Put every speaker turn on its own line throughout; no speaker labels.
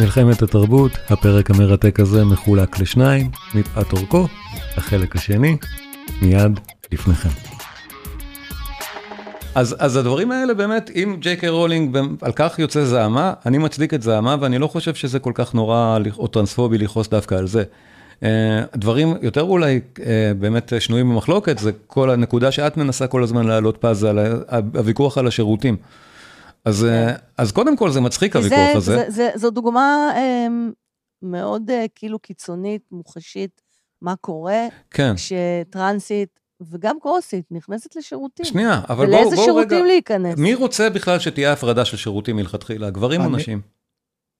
מלחמת התרבות, הפרק המרתק הזה מחולק לשניים, מפאת אורכו, החלק השני, מיד לפניכם. אז, אז הדברים האלה באמת, אם ג'יי קיי רולינג במ- על כך יוצא זעמה, אני מצדיק את זעמה ואני לא חושב שזה כל כך נורא לכ- או טרנספובי לכעוס דווקא על זה. Uh, דברים יותר אולי uh, באמת שנויים במחלוקת, זה כל הנקודה שאת מנסה כל הזמן להעלות פז על ה- הוויכוח על השירותים. אז, אה, אז קודם כל זה מצחיק
כי זה-
הוויכוח הזה.
זה- זה- זו דוגמה אמ, מאוד אה, כאילו קיצונית, מוחשית, מה קורה
כן.
כשטרנסית וגם קרוסית נכנסת לשירותים.
שנייה, אבל בואו
ולאיזה
בוא, בוא רגע,
שירותים להיכנס?
מי רוצה בכלל שתהיה הפרדה של שירותים מלכתחילה, גברים או
אני-
נשים?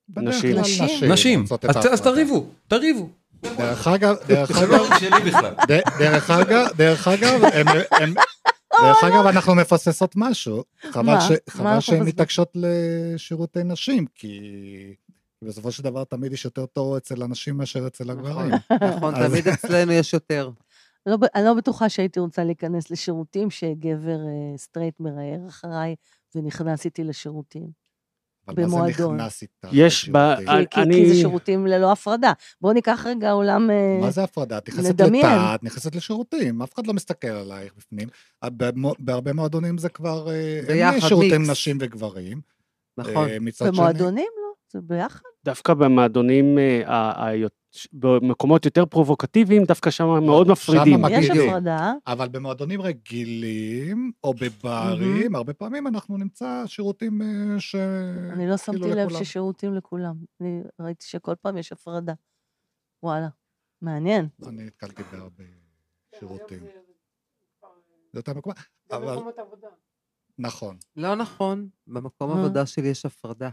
בדרך
נשים.
כלל
נשים.
נשים,
עושות את
אז, אז
ההפרדה.
תריבו, תריבו.
דרך אגב, דרך
זה
אגב,
לא שלי בכלל.
ד- דרך אגב, דרך אגב, הם- הם- דרך אגב, אנחנו מפספסות משהו. חבל
מה?
ש-
מה
חבל
אנחנו
שהן
מפספסות?
מתעקשות לשירותי נשים, כי בסופו של דבר תמיד יש יותר טוב אצל הנשים מאשר אצל הגברים.
נכון,
אז-
תמיד אצלנו יש יותר.
לא, ב- אני לא בטוחה שהייתי רוצה להיכנס לשירותים שגבר אה, סטרייט מראייר אחריי ונכנס איתי לשירותים.
אבל מה זה
במועדון.
נכנס איתך?
יש ב-
לשירותים?
אני-
כי, כי, כי זה שירותים ללא הפרדה. בואו ניקח רגע עולם... אה,
מה זה הפרדה? את נכנסת
לדמיין.
לתא, את נכנסת לשירותים, אף אחד לא מסתכל עלייך בפנים. במו- בהרבה מועדונים זה כבר, אה, אין
ביחד,
שירותים
מיקס.
נשים וגברים.
נכון.
אה, מצד שני-
במועדונים? לא, זה ביחד.
דווקא במועדונים, אה, ה- ה- ש- במקומות יותר פרובוקטיביים, דווקא שם מאוד מפרידים.
מגעיל.
יש
בדיוק.
הפרדה.
אבל במועדונים רגילים, או בברים, הרבה פעמים אנחנו נמצא שירותים אה, ש...
אני
כאילו
לא שמתי לב
לכולם.
ששירותים לכולם. אני ראיתי שכל פעם יש הפרדה. וואלה, מעניין.
אני נתקלתי בהרבה שירותים. זה יותר מקובל, אבל... נכון.
לא נכון, במקום
אה.
עבודה שלי יש הפרדה.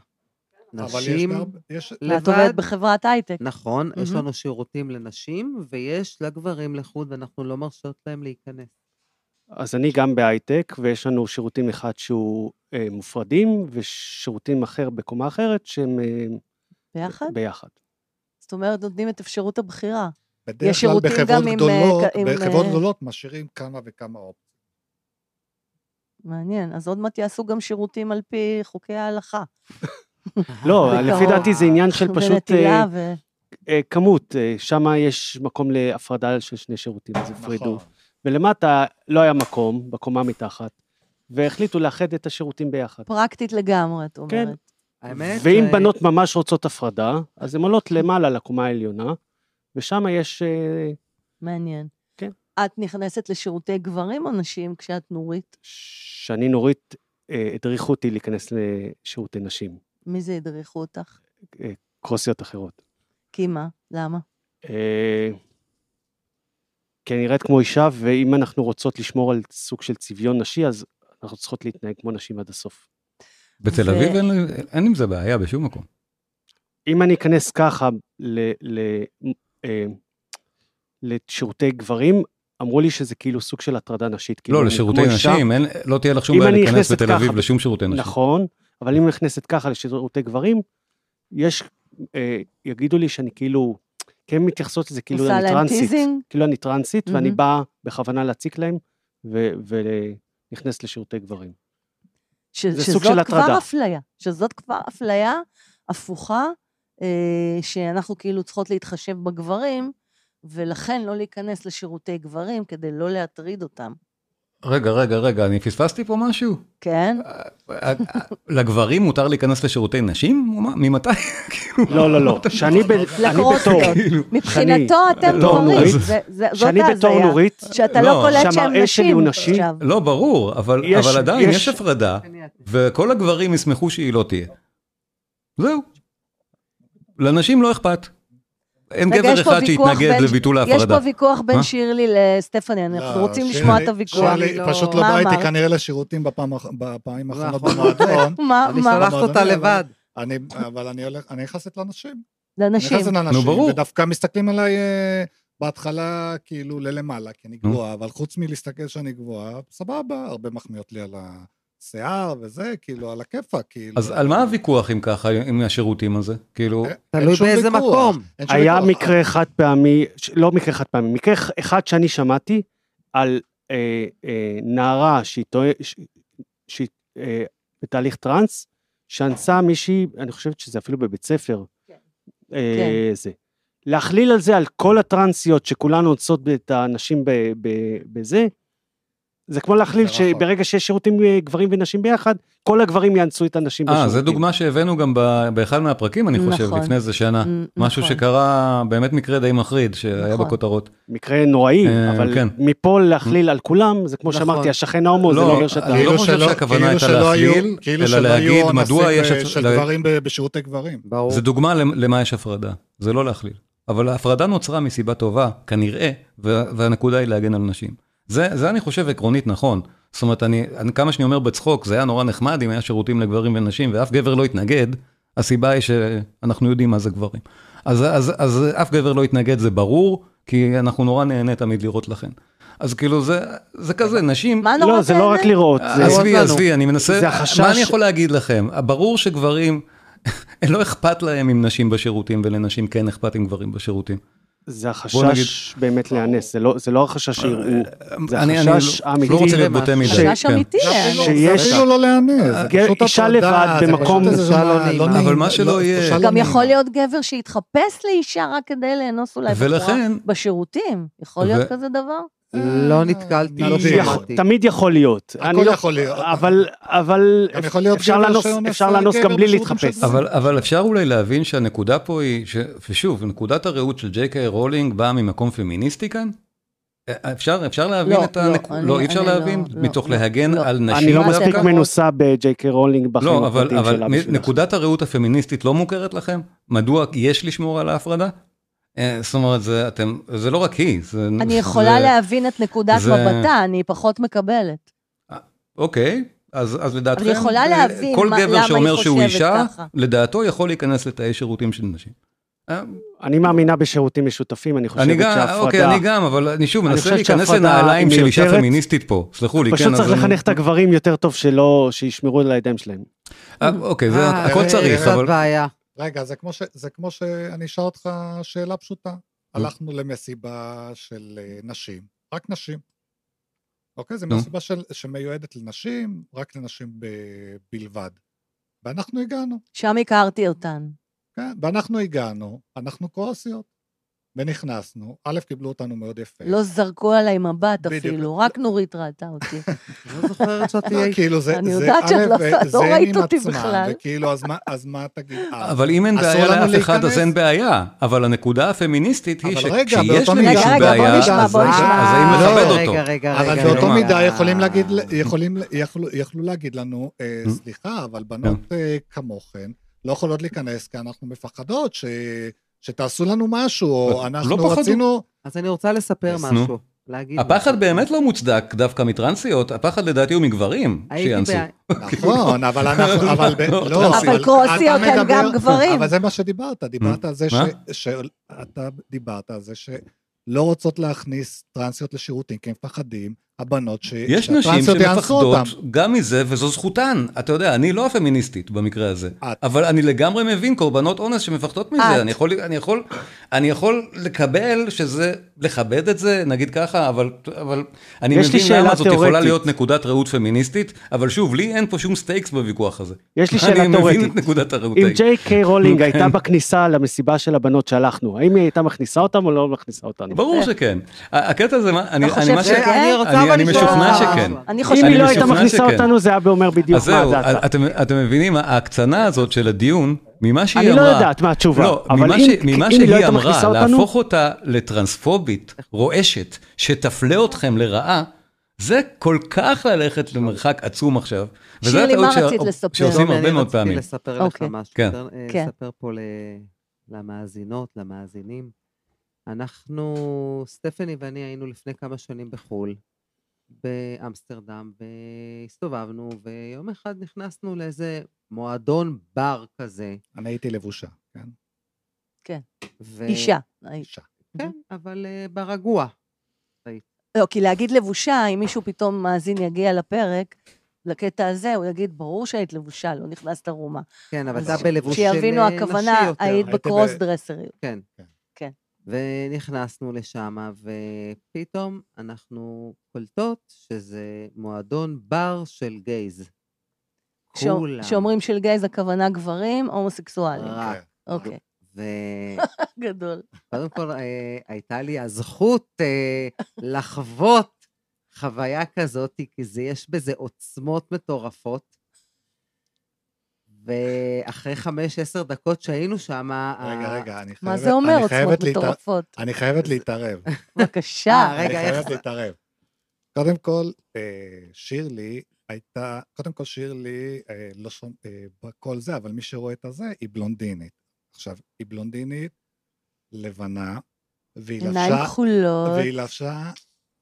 אבל יש
נשים
בהרבה- יש...
ואת עובדת
לבד,
בחברת הייטק.
נכון, יש
מהמם.
לנו שירותים לנשים, ויש לגברים לחוד, ואנחנו לא מרשות להם להיכנס.
אז אני גם בהייטק, ויש לנו שירותים אחד שהוא אה, מופרדים, ושירותים אחר בקומה אחרת שהם אה,
ביחד?
ביחד.
זאת אומרת, נותנים את אפשרות הבחירה.
בדרך
יש
כלל
שירותים
בחברות
גם עם, אה,
גדולות-
עם,
בחברות
אה,
גדולות משאירים כמה וכמה אופציות.
מעניין. אז עוד מעט יעשו גם שירותים על פי חוקי ההלכה.
לא,
אה,
בקרוב.
לפי דעתי זה עניין של פשוט אה,
ונטילה ו...
אה, כמות, שם יש מקום להפרדה של שני שירותים, אז הפרידו.
נכון.
ולמטה לא היה מקום, בקומה מתחת, והחליטו לאחד את השירותים ביחד.
פרקטית לגמרי, את אומרת.
כן.
האמת?
ואם
אה,
בנות ממש רוצות הפרדה, אז הן עולות למעלה לקומה העליונה, ושם יש... אה,
מעניין.
כן. את
את נכנסת לשירותי גברים או נשים כשאת נורית?
שאני נורית, אה, הדריכו אותי להיכנס לשירותי נשים,
מי זה הדריכו אותך?
קרוסיות אחרות.
כי מה? למה?
אה, כי אני נראית כמו אישה, ואם אנחנו רוצות לשמור על סוג של צביון נשי, אז אנחנו צריכות להתנהג כמו נשים עד הסוף.
בתל
ו-
אביב אין, אין עם זה בעיה בשום מקום.
אם אני אכנס ככה ל, ל, אה, לשירותי גברים, אמרו לי שזה כאילו סוג של הטרדה נשית. כאילו
לא,
אני
לשירותי
כמו אישה-
נשים, אין, לא תהיה לך שום
אם
בעיה
אני
להיכנס
נכנסת
בתל אביב
ככה-
לשום שירותי נשים.
נכון, אבל אם נכנסת ככה לשירותי גברים, יש, אה, יגידו לי שאני כאילו, כי הן מתייחסות לזה כאילו
עושה
אני
להם
טרנסית,
טיזינג?
כאילו אני טרנסית, ואני
מהמם.
בא בכוונה להציק להם, ו- ונכנס לשירותי גברים.
ש-
זה
שזאת
סוג של
כבר
הטרדה.
אפליה. שזאת כבר אפליה הפוכה, אה, שאנחנו כאילו צריכות להתחשב בגברים, ולכן לא להיכנס לשירותי גברים כדי לא להטריד אותם.
רגע, רגע, רגע, אני פספסתי פה משהו?
כן?
אה, אה, לגברים מותר להיכנס לשירותי נשים? מה, ממתי? כאילו,
לא, לא, לא,
אתה-
שאני ב- אני בתור,
לקרוסיות.
כאילו,
מבחינתו אתם
בתור
גברים.
נורית,
זה- זה- זאת
שאני בתור
ההזיה.
נורית,
שאתה לא
לא,
קולט שהם
שהמראה שלי הוא
נשים
נשי.
עכשיו.
לא, ברור, אבל,
יש-
אבל עדיין יש,
יש-
הפרדה,
אני אעשה.
וכל הגברים ישמחו שהיא לא תהיה. זהו. לנשים לא אכפת. אין
רגע,
גבר
יש פה
אחד
ויכוח
שיתנגד
בין-
לביטול
יש פה
ההפרדה.
ויכוח
אה, מה?
בין שירלי לסטפני, אנחנו
לא,
רוצים
שירלי-
לשמוע את הוויכוח.
שירלי
לא-
פשוט לא
מה
בא
אמרת?
איתי כנראה לשירותים בפעם האח- בפעמים האחרונות
נכון.
במועדון.
מה,
אני
מה,
שלח-
שולחת אותה
אבל-
לבד.
אני, אבל אני הולך, אני נכנסת לנשים.
לנשים.
אני נכנסת לנשים,
נו, ברור.
לא ודווקא מסתכלים עליי אה, בהתחלה כאילו ללמעלה, כי אני גבוהה, אבל חוץ מלהסתכל שאני גבוהה, סבבה, הרבה מחמיאות לי על השיער וזה, כאילו, על הכיפאק, כאילו.
אז על מה הוויכוח אם ככה, עם השירותים הזה? כאילו,
אה, אין
תלוי
שום
באיזה
ויכוח,
מקום.
אין שום
היה
ויכוח.
מקרה חד פעמי, ש- לא מקרה חד פעמי, מקרה ח- אחד שאני שמעתי על אה, אה, נערה שהיא טוע- ש- שהיא אה, בתהליך טראנס, שאנסה מישהי, אני חושבת שזה אפילו בבית ספר, אה, זה. להכליל על זה, על כל הטרנסיות שכולן עושות את הנשים ב- ב- בזה, זה כמו להכליל
זה רחוק.
שברגע שיש שירותים אה, גברים ונשים ביחד, כל הגברים יאנסו את הנשים
אה,
בשירותים.
זו דוגמה שהבאנו גם ב- באחד מהפרקים, אני חושב,
נכון.
לפני איזה שנה. אה, משהו
נכון.
שקרה, באמת מקרה די מחריד, שהיה
נכון.
בכותרות.
מקרה נוראי,
אה,
אבל
כן.
מפה להכליל על כולם, זה כמו
נכון.
שאמרתי, השכן ההומו, זה
לא,
לא אומר שאתה...
אני לא
כאילו
חושב
שלא-
שהכוונה
כאילו
הייתה
שלא היו-
להכליל,
כאילו
אלא
שלא
להגיד
היו
מדוע
אנסים
יש
ב-
את-
של
ל-
גברים ב- בשירותי גברים.
ברור.
זו דוגמה למ- למה יש הפרדה, זה לא להכליל. אבל ההפרדה נוצרה מסיבה טובה, כנראה, וה- והנקודה היא להגן על נשים. זה, זה אני חושב עקרונית נכון. זאת אומרת, אני, אני, כמה שאני אומר בצחוק, זה היה נורא נחמד אם היה שירותים לגברים ונשים, ואף גבר לא התנגד, הסיבה היא שאנחנו יודעים מה זה גברים. אז, אז, אז אף גבר לא התנגד, זה ברור, כי אנחנו נורא נהנה תמיד לראות לכן. אז כאילו, זה, זה כזה, נשים...
מה נורא
לא, זה לא רק
בעיניי?
לראות, זה-
עזבי, עזבי, אני מנסה,
זה החשש-
מה אני יכול להגיד לכם? ברור שגברים, לא אכפת להם עם נשים בשירותים, ולנשים כן אכפת עם גברים בשירותים.
זה
בוא נגיד- אה,
החשש באמת להיאנס, זה לא- זה לא החשש שיראו, זה
אני- אני
החשש
לא- לא רוצה
האמיתי.
להיות בוטה מדי.
חשש
כן.
אמיתי.
זה
היה.
אפילו-
שיש-
זה אפילו לא להיאנס, זה
גר-
פשוט
אישה
הטרדה,
לבד
זה
במקום
פשוט איזה
אישה לא
מה- לא
נעימה.
נעים,
אבל מה שלא
לא-
יהיה-
תחושה לא
גם
נעימה.
יכול להיות גבר שיתחפש לאישה רק כדי לאנוס אולי בחורה
ולכן,
בשירותים. יכול
ו-
להיות כזה דבר?
לא נתקלתי,
אה,
לא
נדיר.
שמעתי.
יכול- תמיד יכול להיות. אני
הכל
לא-
יכול להיות.
אבל, אבל
גם יכול להיות
אפשר
גבר
לאנוס,
שאונס
אפשר לאנוס
גבר
גם בלי
בשירותים
להתחפש.
של גברים.
אבל, אבל אפשר אולי להבין שהנקודה פה היא, ש... ושוב, נקודת הראות של ג'יי קיי רולינג באה ממקום פמיניסטי כאן? אפשר, אפשר להבין
לא,
את
לא,
הנק...
אני-
לא, אי אפשר
אני לא-
להבין?
לא,
מתוך
לא,
להגן
לא.
על נשים?
אני לא
מה זה
מספיק
כבוד?
מנוסה בג'יי קיי רולינג בחיים
לא, אבל,
הפרטיים
אבל
שלה.
מ-
בשביל לעשות.
נקודת הראות הפמיניסטית לא מוכרת לכם? מדוע יש לשמור על ההפרדה? אה, זאת אומרת, זה, אתם, זה לא רק היא. זה,
אני
זה-
יכולה להבין את נקודת
זה-
מבטה, אני פחות מקבלת.
אוקיי, אז, אז לדעתכם...
אני יכולה
אה,
להבין
כל
מה- למה
גבר
היא
שאומר שהוא
חושבת
אישה,
ככה.
לדעתו יכול להיכנס לתאי שירותים של נשים. אה,
אני מאמינה בשירותים משותפים, אני חושבת
אני גם,
שההפרדה...
אוקיי, אני גם, אבל אני שוב
אני
מנסה
חושב
להיכנס
שההפרדה
לנעליים
היא
של אישה
מיותרת.
פמיניסטית פה, סלחו לי, כן.
פשוט צריך
אז אני-
לחנך את הגברים יותר טוב שלא, שישמרו על הידיים שלהם.
אה, אוקיי, זה
אה,
הכל
זה
צריך,
קצת
אבל...
בעיה.
רגע, זה כמו, ש... זה כמו שאני אשאל אותך שאלה פשוטה. הלכנו למסיבה של אה, נשים, רק נשים. אוקיי? זו
נו.
מסיבה של... שמיועדת לנשים, רק לנשים ב... בלבד. ואנחנו הגענו,
שם הכרתי אותן.
כן? ואנחנו הגענו, אנחנו קרוסיות. ונכנסנו, א', קיבלו אותנו מאוד יפה. אה,
לא זרקו עליי מבט
בדיוק.
אפילו, רק נורית ראתה אותי.
לא זוכרת שאת
לא,
תהיי...
כאילו זה,
אני
זה
יודעת
א',
שאת לא-
ו-
את לא
זה הם
ראית
עם
אותי
עצמם,
בכלל.
וכאילו, אז מה, אז מה תגיד? אה,
אבל אם אין
אסור
בעיה
לנו
לאף אחד, אז
להיכנס?
אין בעיה. אבל הנקודה הפמיניסטית היא
אבל רגע,
שכשיש
באותו מידה-
למישהו
רגע, רגע, בוא
בעיה,
נשמע,
אז
בוא נשמע.
אז האם
אה, לא,
לכבד
רגע,
אותו?
רגע, רגע.
אבל
רגע,
באותו
רגע. לא
מידה
אה,
יכולים להגיד, יכולים, יכלו, יכלו להגיד לנו, אה,
Mm.
סליחה, אבל בנות אה, כמוכן לא יכולות להיכנס כי אנחנו מפחדות ש, שתעשו לנו משהו,
לא
או אנחנו
פחדו.
רצינו...
אז אני רוצה לספר
אז נו.
משהו. להגיד משהו.
הפחד באמת לא מוצדק דווקא מטרנסיות, הפחד לדעתי הוא מגברים
הייתי
שיאנסו.
בע-
נכון, אבל אנחנו, אבל ב-
לא,
לא,
אבל
אבל קרואסיות
אתה
הן גם
מדבר-
גברים.
אבל זה מה שדיברת, דיברת על זה ש...
מה?
ש- אתה דיברת על זה שלא רוצות להכניס טרנסיות לשירותים כי הם מפחדים, הבנות ש...
יש
שהטרנסיות
נשים
יאנסו
שמפחדות
אותם.
גם מזה, וזו זכותן. אתה יודע, אני לא הפמיניסטית במקרה הזה,
אה.
את.
אבל אני לגמרי מבין קורבנות אונס שמפחדות
את.
מזה. אני יכול, אני, יכול, אני יכול לקבל שזה, לכבד את זה, נגיד ככה, אבל, אבל אני
יש לי
מבין
שאלה
למה זאת יכולה
תיאורטית.
להיות נקודת ראות פמיניסטית, אבל שוב, לי אין פה שום סטייקס בוויכוח הזה.
יש לי שאלה
אני מבין
תיאורטית.
את נקודת הראות.
אם
ההיא.
ג'יי קיי רולינג
כן.
הייתה בכניסה למסיבה של הבנות שהלכנו, האם היא הייתה מכניסה אותם או לא מכניסה אותנו?
ברור שכן. ה- הקטע זה מה, אני, אני,
אתה חושב
מה ש...
שכן?
זה- אני רוצה
אני-
אבל
אני
לשאול
משוכנע
אותך
שכן.
משהו.
אני
אם
חושבת...
היא לא
אני
הייתה
משוכנע
מכניסה
שכן.
אותנו זה היה אומר בדיוק
אז
מה
זהו,
דעתה.
אתם, אתם מבינים, ההקצנה הזאת של הדיון, ממה שהיא
אני לא
אמרה...
יודעת מה התשובה,
לא,
אבל
ממה,
אם-
ש, ממה
אם
שהיא
היא לא הייתה
אמרה,
מכניסה אותנו-
להפוך אותה לטרנספובית, רועשת, שתפלה אתכם לרעה, זה כל כך ללכת למרחק עצום עכשיו. וזו
שירלי,
הטעות
מה
שה-
רצית לספר? לא,
שעושים
שלומי,
הרבה מאוד
אני
פעמים.
לא, רציתי לספר לך
אוקיי.
משהו,
כן.
יותר, אה,
כן.
לספר פה ל- למאזינות, למאזינים. אנחנו, סטפני ואני היינו לפני כמה שנים בחו"ל, באמסטרדם, והסתובבנו, ויום אחד נכנסנו לאיזה מועדון בר כזה.
אני הייתי לבושה, כן?
ו...
אישה.
אישה.
כן, אבל אה, ברגוע.
לא, כי להגיד לבושה, אם מישהו פתאום מאזין יגיע לפרק, לקטע הזה, הוא יגיד, ברור שהיית לבושה, לא נכנסת ערומה.
כן, אבל
אז
אתה בלבוש של אה, נשי
שיבינו,
יותר.
הכוונה, היית
הייתי ב-
בקרוס דרסריות.
כן.
כן.
כן.
ונכנסנו לשם, ופתאום אנחנו קולטות שזה מועדון בר של גייז.
כשאומרים של גייז, הכוונה גברים, הומוסקסואלים.
רק.
אוקיי.
וקודם
גדול.
כל אה, הייתה לי הזכות אה, לחוות חוויה כזאת, כי זה, יש בזה עוצמות מטורפות. ואחרי חמש, עשר דקות שהיינו שם,
רגע, רגע, אני חייבת...
מה זה אומר
אני חייבת
עוצמות
להתע-
מטורפות?
אני חייבת להתערב.
בבקשה.
אה, רגע,
אני
איך
חייבת
זה?
להתערב. קודם כל, אה, שירלי הייתה, קודם כל שירלי, אה, לא שום, אה, בכל זה, אבל מי שרואה את הזה, היא בלונדינית. עכשיו, היא בלונדינית, לבנה, והיא
עיניים
לבשה,
כחולות.
והיא לבשה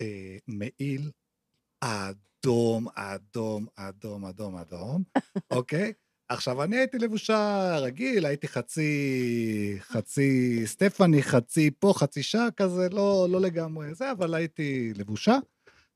אה, מעיל אדום, אדום, אדום, אדום, אדום, אוקיי? עכשיו, אני הייתי לבושה רגיל, הייתי חצי, חצי סטפני, חצי פה, חצי שעה כזה, לא, לא לגמרי זה, אבל הייתי לבושה.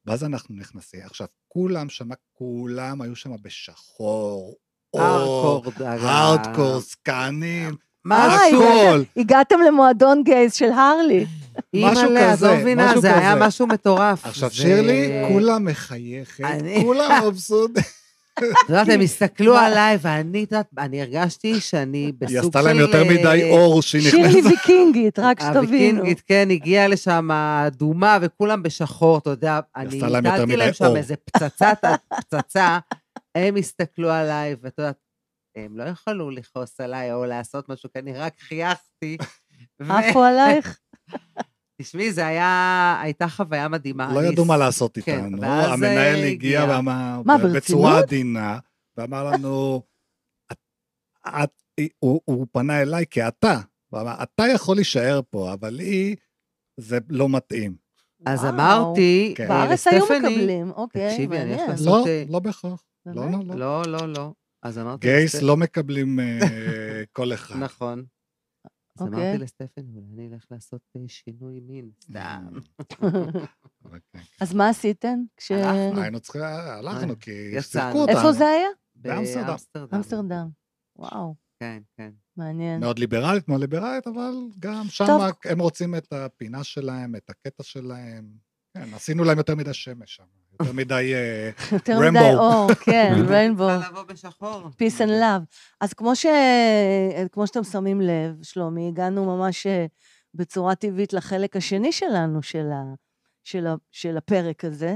ואז אנחנו נכנסים. עכשיו, כולם שם, כולם היו שם בשחור, אור,
הארדקור, דאגה.
הארדקור, זקנים,
מה
אה,
עשו?
הכל.
הגעתם למועדון גייז של הרלי.
משהו
אימא'לה, את
כזה,
לא מבינה,
משהו
זה היה
כזה.
משהו מטורף.
עכשיו,
זה-
שירלי, כולם מחייכת,
אני-
כולם מבסוט.
את יודעת, הם הסתכלו
מה?
עליי, ואני, את יודעת, אני הרגשתי שאני בסוג של...
היא עשתה להם יותר מדי
אה,
אור שהיא
שירלי
נכנסת.
ויקינגית, רק שתבינו.
הוויקינגית, כן, הגיעה לשם אדומה, וכולם בשחור, אתה יודע, אני
עשתה להם יותר
נתתי
מדי
להם שם
אור.
איזה פצצת, פצצה, הם הסתכלו עליי, ואת יודעת, הם לא יכלו לכעוס עליי או לעשות משהו, כי אני רק חייכתי. ו-
עפו עלייך?
תשמעי, זה היה, הייתה חוויה מדהימה.
לא
אני-
ידעו מה לעשות
אה, כן,
איתנו.
ואז,
המנהל
אה,
הגיע
הגיע.
ואמר,
מה,
בצורה
ברצינות?
עדינה, ואמר לנו, "את- את- הוא- הוא פנה אליי כי אתה, ואמר, אתה יכול להישאר פה, אבל היא, זה לא מתאים.
אז
וואו.
אמרתי, כאילו, אה,
כן.
בארץ היו
לסטפני,
מקבלים, אוקיי,
תקשיבי, אני
מעניין.
הולכת-
לא,
לעשות, אה,
לא בהכרח. לא,
באמת?
לא, לא.
לא, לא, לא. אז אמרתי...
גייס
לסטפ-
לא מקבלים אה, כל אחד.
לא
נכון. אז
אוקיי.
אמרתי לסטפני, אולי אני אלך לעשות אה, שינוי מין. סתם.
אוקיי.
אז מה עשיתם?
אה,
כש...
הלכנו.
היינו צריכים, הלכנו, כי
אה, יצאנו.
סירקו אותנו.
איפה זה היה?
באמסטרדם.
אמסטרדם. וואו,
כן, כן.
מעניין.
מאוד ליברלית, מאוד ליברלית, אבל גם שם
טוב.
הם רוצים את הפינה שלהם, את הקטע שלהם. כן, עשינו להם יותר מדי שמש שם, יותר מדי... אה,
יותר
רמבו.
מדי אור, כן, ריינבו.
צריכה לבוא בשחור.
peace and love. אז כמו, ש... כמו שאתם שמים לב, שלומי, הגענו ממש אה, בצורה טבעית לחלק השני שלנו, של, ה... של, ה... של הפרק הזה,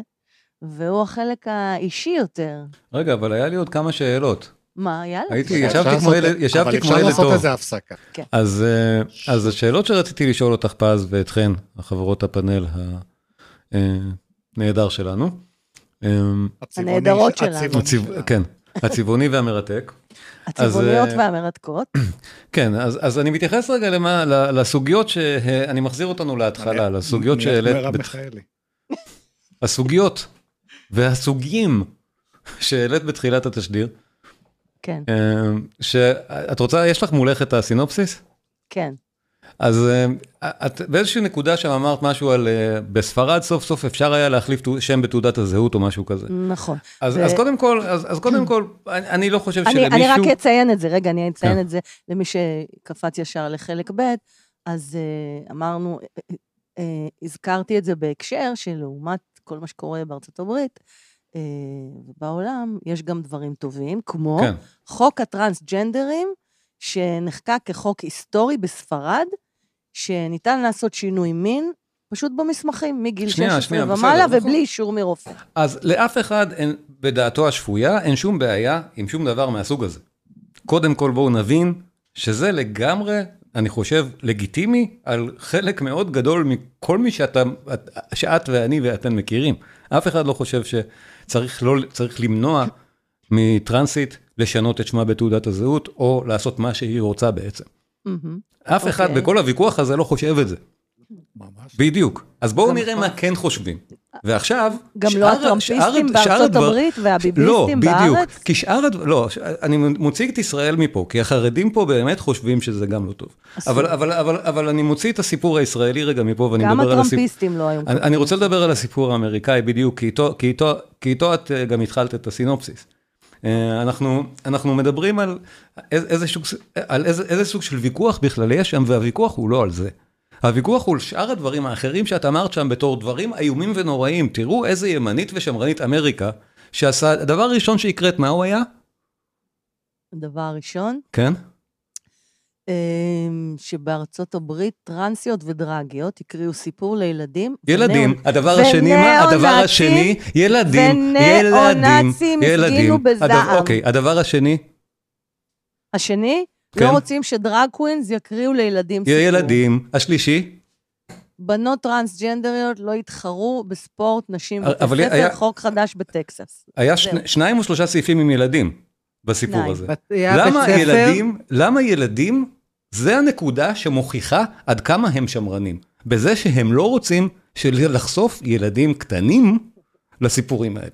והוא החלק האישי יותר.
רגע, אבל היה לי עוד כמה שאלות.
מה, יאללה.
הייתי, ישבתי
בסדר.
אפשר
כמו
לעשות-
ילד- ישבתי
אבל
כמו ילד
אפשר לעשות
טוב.
איזה הפסקה.
אז, אה, אז השאלות שרציתי לשאול אותך, פז, ואתכן, החברות הפאנל הנהדר שלנו, אמ,
הצבעוני-
הנהדרות שלנו.
הצבעוני
הצבע- כן, הצבעוני והמרתק.
הצבעוניות
אז, אה,
והמרתקות.
כן, אז, אז אני מתייחס רגע למה, ל- לסוגיות ש... אני מחזיר אותנו להתחלה, לסוגיות
נניח
שהעלית,
מרב
בת...
מיכאלי.
הסוגיות והסוגים שהעלית בתחילת התשדיר,
כן,
אמ, שאת רוצה, יש לך מולך את הסינופסיס?
כן.
אז אה, את באיזושהי נקודה שם אמרת משהו על אה, בספרד סוף סוף אפשר היה להחליף תעו- שם בתעודת הזהות או משהו כזה.
נכון.
אז,
ו-
אז קודם כל, אז, אז קודם כל, אני, אני לא חושב
אני,
שלמישהו...
אני רק אציין את זה, רגע, אני אציין
כן.
את זה למי שקפץ ישר לחלק ב', אז uh, אמרנו, uh, uh, הזכרתי את זה בהקשר שלעומת כל מה שקורה בארצות הברית, uh, בעולם, יש גם דברים טובים, כמו
כן,
חוק הטרנסג'נדרים, שנחקק כחוק היסטורי בספרד, שניתן לעשות שינוי מין. פשוט במסמכים, מגיל
שנייה,
16
שנייה, בסדר,
ומעלה,
נכון.
ובלי אישור מרופא.
אז לאף אחד אין, בדעתו השפויה אין שום בעיה עם שום דבר מהסוג הזה. קודם כל בואו נבין שזה לגמרי, אני חושב, לגיטימי על חלק מאוד גדול מכל מי שאתה, את- שאת ואני ואתן מכירים. אף אחד לא חושב שצריך לא, צריך למנוע מטרנסית לשנות את שמה בתעודת הזהות, או לעשות מה שהיא רוצה בעצם.
מהמם.
אף אחד
אוקיי.
בכל הוויכוח הזה לא חושב את זה.
ממש.
בדיוק. אז בואו
גם
נראה
נכון.
מה כן חושבים. ועכשיו,
גם לא
שאר- שאר-
הטרמפיסטים
שאר
בארצות
הדבר-
הברית
לא,
והביביסטים
בדיוק.
בארץ?
כי שאר הדברים, לא, ש- אני מוציא את ישראל מפה, כי החרדים פה באמת חושבים שזה גם לא טוב.
אסור.
אבל, אבל, אבל, אבל אני מוציא את הסיפור הישראלי רגע מפה, ואני
גם
מדבר על הסיפור...
הטרמפיסטים לא היו
אני, אני רוצה לדבר על הסיפור האמריקאי בדיוק, כי איתו, כי איתו, כי איתו את אה, גם התחלת את הסינופסיס. אה, אנחנו, אנחנו מדברים על, איזה, איזה, סוג, על איזה, איזה סוג של ויכוח בכלל יש שם, והוויכוח הוא לא על זה. הוויכוח הוא על שאר הדברים האחרים שאת אמרת שם בתור דברים איומים ונוראים. תראו איזה ימנית ושמרנית אמריקה, שעשה, הדבר הראשון שהקראת, מה הוא היה?
דבר ראשון,
כן?
אמ, גיליתם שבארצות הברית טרנסיות ודרגיות הקריאו סיפור לילדים?
ילדים, הדבר השני, מה?
וניאו-נאצים,
הדבר השני, ילדים, ילדים,
וניאו-נאצים
ילדים.
הפגינו בזעם.
הדבר- אוקיי, הדבר השני,
השני,
כן.
לא רוצים שדרג קווינס יקריאו לילדים סיפור.
ילדים. השלישי,
בנות טרנסג'נדריות לא יתחרו בספורט נשים
אבל
בבתי ספר,
היה-
חוק חדש בטקסס.
היה שני- שניים או שלושה סעיפים עם ילדים בסיפור
שניים.
הזה.
בת- היה בית
למה
ספר-
ילדים, למה ילדים, זה הנקודה שמוכיחה עד כמה הם שמרנים. בזה שהם לא רוצים של- לחשוף ילדים קטנים לסיפורים האלה.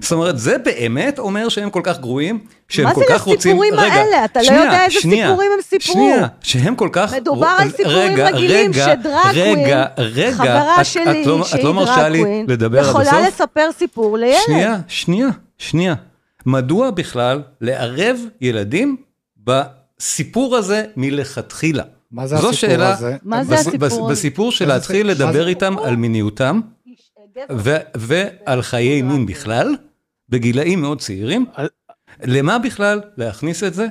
זאת אומרת, זה באמת אומר שהם כל כך גרועים, שהם
מה
כל
זה
כך רוצים...
לסיפורים
רגע,
האלה? אתה לא
שנייה,
יודע איזה
שנייה,
סיפורים הם סיפרו.
שנייה, שהם כל כך...
מדובר
רו-
על סיפורים
רגע,
רגילים
רגע,
שדרקווין,
רגע, רגע,
חברה
את- את
שלי,
לא- את
שהיא
לא מרשה לי
דרג-קווין,
לדבר עד הסוף?
יכולה לספר סיפור לילד.
שנייה, שנייה, שנייה. מדוע בכלל לערב ילדים בסיפור הזה מלכתחילה?
מה זה
זו
הסיפור
שאלה-
הזה?
מה זה
בס-
הסיפור
בס-
הזה?
בסיפור של
איזה
להתחיל
סיפור? מה
לדבר
זה?
איתם על מיניותם ו- ועל
לא
חיי מין בכלל, בגילאים מאוד צעירים.
אז-
למה בכלל להכניס את זה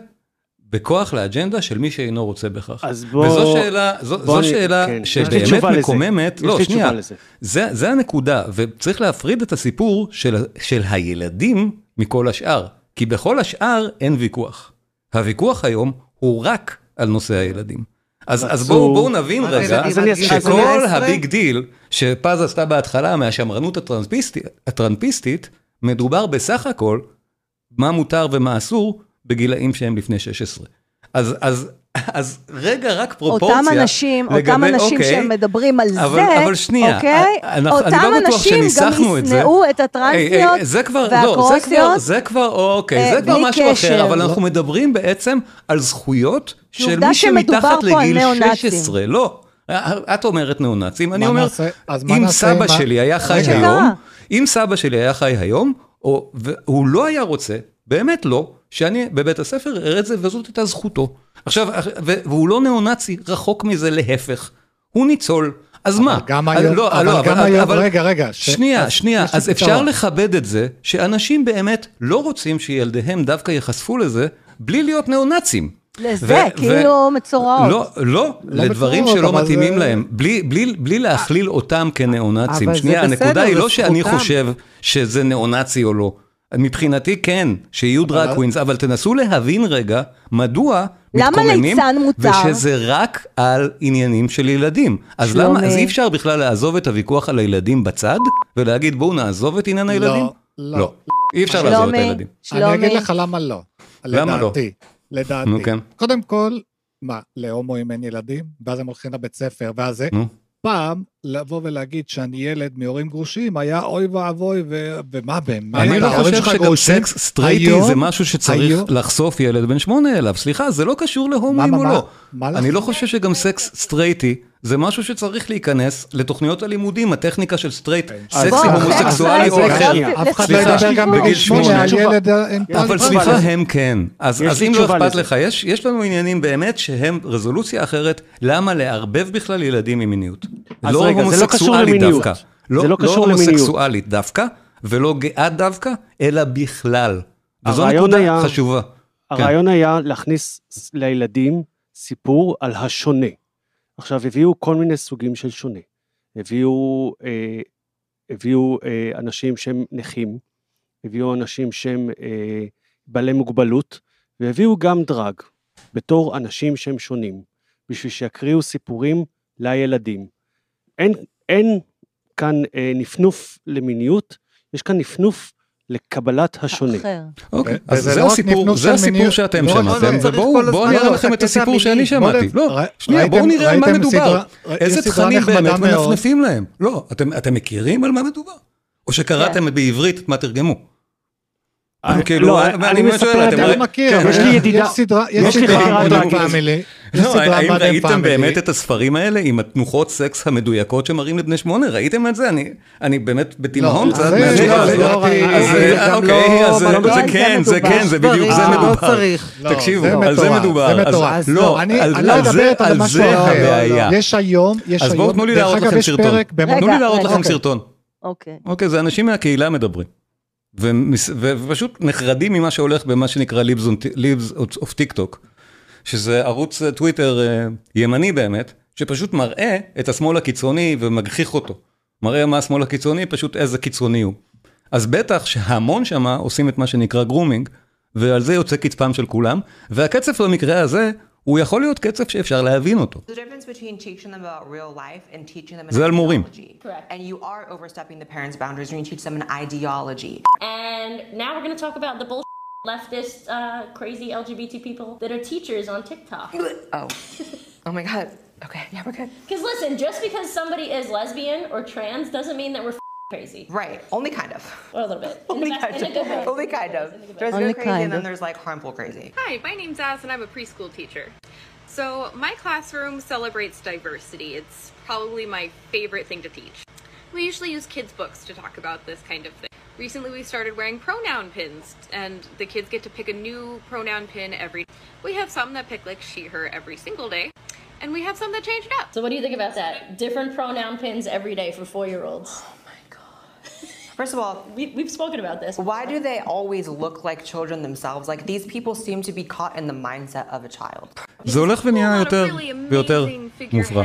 בכוח לאג'נדה של מי שאינו רוצה בכך?
אז בוא...
וזו שאלה, זו, זו
בוא אני-
שאלה
כן, יש לי
שבאמת
תשובה לזה.
מקוממת,
יש
לא,
לי
שנייה,
תשובה לזה.
זה, זה הנקודה, וצריך להפריד את הסיפור של, של הילדים מכל השאר, כי בכל השאר אין ויכוח. הוויכוח היום הוא רק על נושא הילדים. אז, אז
רצו-
בואו בואו נבין
אז
רגע,
אני- אז
אני- אז אני-
שכל
18?
הביג דיל שפז עשתה בהתחלה מהשמרנות הטרמפיסטית, הטרמפיסטית, מדובר בסך הכל מה מותר ומה אסור בגילאים שהם לפני 16. אז, אז, אז רגע, רק פרופורציה.
אותם אנשים, אותם
לגבי-
אנשים
אוקיי,
שהם מדברים על
אבל-
זה,
אבל שנייה,
אוקיי?
א- אנחנו- אני
אותם
לא בטוח
אנשים גם
שניסחנו את זה.
ישנאו את
היי,
הטרנסיות
היי, זה כבר, לא, זה כבר,
והקרוסיות.
זה כבר, אוקיי,
אה,
זה כבר
בלי
משהו
קשר.
אחר, אבל אנחנו מדברים בעצם על זכויות של
עובדה
מי
שמדובר
שמתחת
פה על
לגיל
ניאו-נאצים.
16. לא, את אומרת ניאו-נאצים, אני
מה
אומר,
נעשה- אז מה
אם
נעשה עם
סבא
ה-
שלי היה חי
רגע.
היום,
שקרה.
אם סבא שלי היה חי היום, או- והוא לא היה רוצה, באמת לא, שאני בבית הספר אראה את זה, וזאת הייתה זכותו. עכשיו, ו- והוא לא ניאו-נאצי, רחוק מזה להפך. הוא ניצול, אז מה?
אבל גם
אה,
היום,
לא, אה, לא,
אבל גם היום, רגע, רגע. ש-
שנייה,
אז
שנייה,
יש לי
אז אפשר
פתרון.
לכבד את זה שאנשים באמת לא רוצים שילדיהם דווקא ייחשפו לזה בלי להיות ניאו-נאצים.
לזה,
ו-
כאילו מצורעות.
לא, לא, לדברים
מצורעות,
שלא
אבל
מתאימים
זה-
להם, בלי- בלי בלי להכליל אותם כניאו-נאצים.
אבל זה
שנייה,
בסדר,
הנקודה היא
זה
לא שאני
זכותם.
חושב שזה ניאו-נאצי או לא. מבחינתי כן, שיהיו דרג קווינס, אבל תנסו להבין רגע מדוע
למה
מתקוממים,
ליצן מותר?
ושזה רק על עניינים של ילדים. אז
שלומי.
למה, אז אי אפשר בכלל לעזוב את הוויכוח על הילדים בצד, ולהגיד בואו נעזוב את עניין הילדים?
לא.
לא. אי אפשר לעזוב את
שלומי,
הילדים.
אני אגיד
שלומי,
לך למה לא.
למה לא?
לדעתי, לדעתי.
נו כן,
קודם כל, מה, להומואים אין ילדים? ואז הם הולכים לבית ספר, ואז זה...
נו.
פעם, לבוא ולהגיד שאני ילד מהורים גרושים, היה אוי ואבוי, ו... ומה באמת?
אני לא
ההורים
חושב
שלך
שגם
גרושים?
סקס סטרייטי
היום-
זה משהו שצריך
היום-
לחשוף ילד בן שמונה אליו. סליחה, זה לא קשור
מה,
להומואים
מה,
או
מה?
לא.
מה לך?
אני לא חושב שגם סקס סטרייטי זה משהו שצריך להיכנס לתוכניות הלימודים, הטכניקה של סטרייט,
כן. אז-
סקסי
בוא,
הומוסקסואלי
אז-
או
אז-
אחר.
שנייה,
אף אחד לא
סליחה,
ידבר גם
בגיל
בגיל שמונה אה, על
שמונה.
ילד עם
אבל
יש לי
סליחה,
תשובה לזה.
הם כן. אז,
יש
אז
לי
אם לא
תשובה
אכפת
לזה.
לך, יש, יש לנו עניינים באמת שהם רזולוציה אחרת, למה לערבב בכלל ילדים עם מיניות?
אז
לא
רגע, זה לא קשור
הומוסקסואלית
למיניות.
דווקא.
זה לא קשור
לא
למיניות.
הומוסקסואלית דווקא, ולא גאה דווקא, אלא בכלל. וזו
הרעיון
נקודה
היה-
חשובה.
הרעיון היה להכניס ס- לילדים סיפור על השונה. עכשיו, הביאו כל מיני סוגים של שונה. הביאו, אה, הביאו אה, אנשים שהם נכים, הביאו אנשים שהם אה, בעלי מוגבלות, והביאו גם דרג, בתור אנשים שהם שונים, בשביל שיקריאו סיפורים לילדים. אין, אין כאן אה, נפנוף למיניות, יש כאן נפנוף לקבלת השונה.
אחר.
אוקיי,
ו-
אז
וזה
זה
לא רק
הסיפור,
נפנוף
זה
של
הסיפור
מיניות.
שאתם
לא רק
שמעתם,
זה,
ובואו בואו נראה לכם את הסיפור שאני שמעתי.
בואו,
לא,
ר-
שנייה,
ראיתם-
בואו נראה על מה
ראיתם
מדובר.
סדרה- ר- יש
איזה
סדרה
תכנים
נחמדה
באמת
מאוד.
מנפנפים להם. לא, אתם- אתם מכירים על מה מדובר? או
כן.
שקראתם בעברית את מה תרגמו?
אה,
כאילו,
לא,
אני-
אני
אני שואל,
מספר את
אתם
זה.
אני
ראיתם-
לא מכיר,
כן,
אבל
יש לי
ידידה-
יש סדרה,
יש
יש
לי
סדרה
חברה
מדהים
דרגית.
פאמילי. יש
לא,
סדרה
האם
מדהים
ראיתם
פאמילי.
באמת את הספרים האלה עם התנוחות סקס המדויקות שמראים לבני שמונה? ראיתם את זה? אני- אני באמת בתימהון
אה,
לא,
קצת
זה-
מהתשובה
לא,
הזאת.
לא ראיתי.
אז,
זה
אה,
גם
אוקיי,
לא-
אז
אבל
זה-
לא
זה
על זה
כן, זה
מדובר.
כן, זה בדיוק
דברים
זה
שלא
מדובר.
לא צריך.
לא,
תקשיבו,
זה
על זה
מטורף,
מדובר.
זה
אז-
מטורף.
אז לא,
אני
על-
אני לא
על זה-
מדברת
על
על משהו
זה
אחר.
הבעיה.
יש היום, יש היום.
אז בואו תנו לי
דרך
להראות
אגב,
לכם
יש
סרטון.
פרק במ-
תנו לי להראות לכם
אוקיי.
סרטון.
אוקיי.
אוקיי, זה אנשים מהקהילה מדברים. ומס- ו- ופשוט נחרדים ממה שהולך במה שנקרא Libs on T- Libs of TikTok. שזה ערוץ אה, טוויטר אה, ימני באמת, שפשוט מראה את השמאל הקיצוני ומגחיך אותו. מראה מה השמאל הקיצוני, פשוט איזה קיצוני הוא. אז בטח שהמון שמה עושים את מה שנקרא גרומינג, ועל זה יוצא קצפם של כולם, והקצף במקרה הזה, הוא יכול להיות קצף שאפשר להבין אותו.
The difference between teaching them about real life and teaching them
זה
an
על מורים.
ideology. Correct. And you are overstepping the parents' boundaries when you teach them an ideology.
And now we're going to talk about the bullshit leftist, uh, crazy LGBT people that are teachers on TikTok.
Oh. Oh my god. Okay. Yeah, we're good.
Because listen, just because somebody is lesbian or trans doesn't mean that we're crazy.
Right. Only kind of.
Or a little bit. In the
Only
best-
kind
in a good way. Oh
of. Only kind of. There's
Only
good crazy
kind
and then
of.
there's like harmful crazy.
Hi, my name's Alice and I'm a preschool teacher. So, my classroom celebrates diversity. It's probably my favorite thing to teach. We usually use kids' books to talk about this kind of thing. Recently, we started wearing pronoun pins, and the kids get to pick a new pronoun pin every. We have some that pick like she, her every single day, and we have some that change it up.
So what do you think about that? Different pronoun pins every day for four-year-olds.
First of all,
We, we've spoken about this.
why do they always look like children themselves? Like these people seem to be caught in the mindset of a child.
זה הולך ונהיה יותר ויותר מופרע.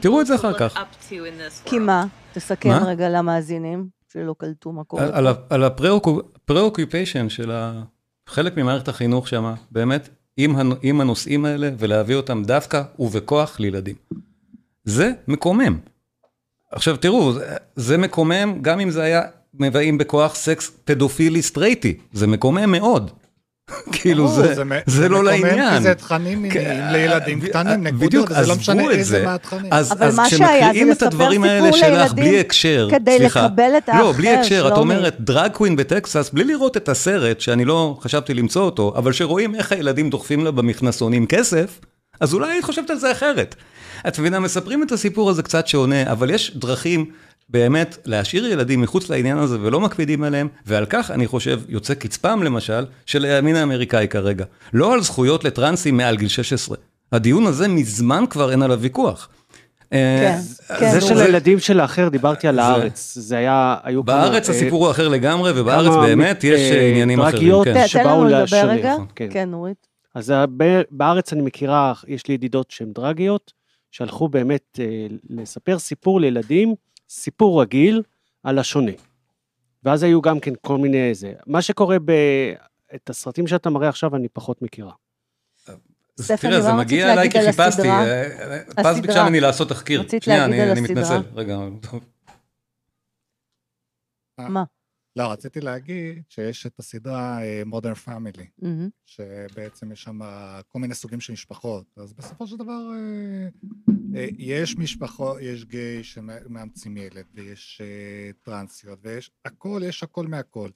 תראו את זה אחר כך.
כי מה? תסכם
מה? אה,
רגע למאזינים שלא קלטו מה קורה.
על, על, ה- על הפרה-אוקיופיישן של ה... חלק ממערכת החינוך שם, באמת, עם, הנ- עם הנושאים האלה, ולהביא אותם דווקא ובכוח לילדים. זה מקומם. עכשיו תראו, זה, זה מקומם, גם אם זה היה מבאים בכוח סקס פדופילי סטרייטי, זה מקומם מאוד. כאילו
ברור,
זה, זה,
מ-
לא
מקומם,
לעניין. כן,
כי זה תכנים מיניים לילדים
ב-
קטנים, נקודות,
בדיוק,
וזה לא
עזבו
משנה
את
איזה
זה.
מהתכנים.
אז,
אבל
אז
מה שהיה זה
כשמקריאים את
לספר
הדברים
סיפור
האלה שלך
לילדים
בלי הקשר,
כדי
סליחה,
לקבל את
לא,
האחר,
בלי הקשר, את
שלומי.
אומרת דרג קווין בטקסס, בלי לראות את הסרט, שאני לא חשבתי למצוא אותו, אבל שרואים איך הילדים דוחפים לה במכנסונים כסף, אז אולי היית חושבת על זה אחרת. את מבינה, מספרים את הסיפור הזה קצת שונה, אבל יש דרכים באמת להשאיר ילדים מחוץ לעניין הזה ולא מקפידים עליהם, ועל כך אני חושב יוצא קצפם למשל, של הימין האמריקאי כרגע. לא על זכויות לטרנסים מעל גיל 16. הדיון הזה מזמן כבר אין עליו ויכוח.
כן, כן.
זה
נו,
של
זה-
הילדים של האחר, דיברתי על הארץ. זה היה, היו כמה,
בארץ
אה,
הסיפור הוא אחר לגמרי, ובארץ
כמה,
באמת יש
אה,
אה, עניינים אחרים.
דרגיות.
כן.
תן- תן
שבאו
לנו לדבר
לשני,
רגע.
נכון, כן.
כן, נורית.
אז הרבה- בארץ אני מכירה, יש לי ידידות שהן דרגיות, שהלכו באמת אה, לספר סיפור לילדים, סיפור רגיל על השונה. ואז היו גם כן כל מיני זה. מה שקורה ב... את הסרטים שאתה מראה עכשיו אני פחות מכירה.
אז
סטפני,
תראה,
מה
זה
רצית
מגיע אליי
לא להגיד
כי
על
חיפשתי,
הסדרה?
אה, אה, פז
הסדרה.
ביקשה ממני לעשות תחקיר.
רצית
שנייה,
להגיד
אני-
על
אני
הסדרה?
מתנצל, רגע. טוב.
אה.
לא, רציתי להגיד שיש את הסדרה אה, מודרן פאמילי,
מהמם.
שבעצם יש שם כל מיני סוגים של משפחות. אז בסופו של דבר, אה, אה, יש משפחות, יש גיי שמאמצים ילד, ויש אה, טרנסיות, ויש הכל, יש הכל מהכל.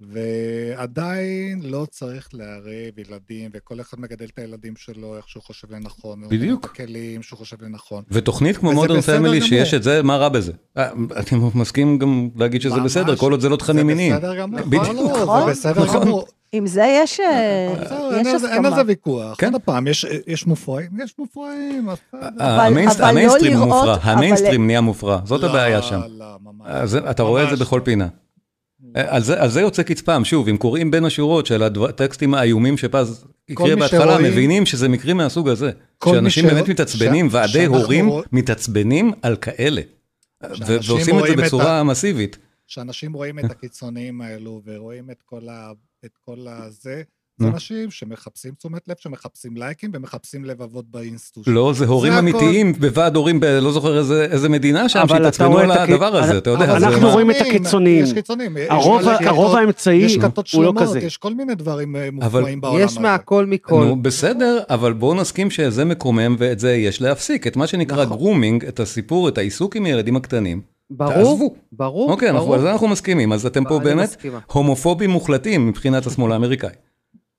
ועדיין לא צריך לערב ילדים, וכל אחד מגדל את הילדים שלו איך שהוא חושב לנכון. הוא נותן
בדיוק.
את הכלים שהוא חושב לנכון.
ותוכנית כמו
וזה
מודרן
בסדר
פמילי
גמור.
שיש את זה, מה רע בזה? אה, אני מסכים גם להגיד שזה
ממש,
בסדר, כל עוד זה לא תכנים מיניים.
זה בסדר גמור,
בדיוק.
לא,
נכון.
זה בסדר
נכון.
גמור.
עם זה יש אה,
בסדר,
יש
אין על זה- אין על
הסכמה.
זה ויכוח.
כן. אה,
עוד פעם, יש- יש מופרעים, יש מופרעים. אז בסדר.
המיינסט-
אבל לא
המיינסטרים הוא
לראות,
מופרע,
אבל-
המיינסטרים נהיה מופרע, זאת
לא,
הבעיה שם.
לא, ממש.
אז זה- אתה רואה את זה
ממש
בכל
לא.
פינה. על זה, על זה יוצא קצפם, שוב, אם קוראים בין השורות של הטקסטים האיומים שפז הקריא
מי
בהתחלה,
שרואים-
מבינים שזה מקרים מהסוג הזה.
כל מי
שאנשים
שרוא-
באמת מתעצבנים,
ש-
ועדי
שאנחנו
הורים
רוא-
מתעצבנים על כאלה. ו-
שאנשים
ועושים את זה
רואים את
בצורה
ה-
מסיבית.
כשאנשים רואים את הקיצוניים האלו ורואים את כל ה... את כל הזה, זה
נו.
אנשים שמחפשים תשומת לב, שמחפשים לייקים ומחפשים לבבות באינסטוש.
לא, זה הורים
הכל.
אמיתיים בוועד הורים, ב- לא זוכר איזה- איזה מדינה שם,
אבל אתה
שהתעצבנו
רואה
על
את הכי-
הדבר הזה, אתה יודע.
אבל
זה-
אנחנו
זה
רואים את
קיצונים,
הקיצונים.
יש קיצונים. יש
הרוב
כאלה
ה-
כתות-
הרוב האמצעי
יש
הוא
כתות
לא
שלמות,
כזה.
יש כל מיני דברים אה, מופרעים בעולם
יש
הזה.
מהכל מכל.
לא, נו, בסדר, אבל בואו נסכים שזה מקומם ואת זה יש להפסיק. את מה שנקרא
נכון.
גרומינג, את הסיפור, את העיסוק עם הילדים הקטנים. תעזבו.
ברור, ברור.
אוקיי, אנחנו-
ברור.
על זה אנחנו מסכימים, אז אתם פה
אני
באמת
מסכימה.
הומופובים מוחלטים מבחינת השמאל האמריקאי.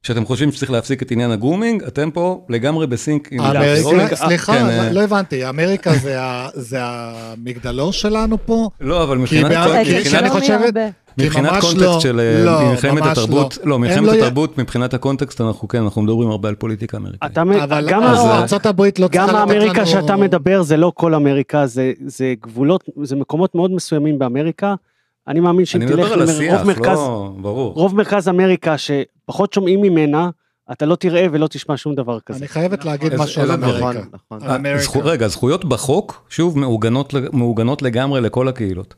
כשאתם חושבים שצריך להפסיק את עניין הגרומינג, אתם פה לגמרי בסינק עם...
אמריקה,
הגרומינג.
סליחה,
כן,
לא-
אה,
לא הבנתי, אמריקה זה ה- זה המגדלור שלנו פה?
לא, אבל
כי
מבחינת...
באמריקה-
מבחינת-
כי אני
שלומי
חושבת-
הרבה.
כי
מבחינת
ממש
קונטקסט
לא,
של אה,
לא,
מלחמת
ממש
התרבות,
הם
לא, מלחמת
לא י-
התרבות, מבחינת הקונטקסט אנחנו כן, אנחנו מדברים הרבה על פוליטיקה אמריקאית.
אתה, מ-
אבל
גם,
אז
ה-
ארצות הברית לא צריכה
גם
לתת
האמריקה
לנו-
שאתה מדבר זה לא כל אמריקה, זה, זה גבולות, זה מקומות מאוד מסוימים באמריקה. אני מאמין שאם
אני
תלך
מדבר על
למר-
השיח,
רוב מרכז,
לא, ברור.
רוב מרכז אמריקה שפחות שומעים ממנה, אתה לא תראה ולא תשמע שום דבר כזה.
אני חייבת להגיד
איזה-
משהו על
איזה
אמריקה.
נכון, נכון.
אה,
אמריקה.
זכו- רגע, זכויות בחוק, שוב, מעוגנות, ל- מעוגנות לגמרי לכל הקהילות.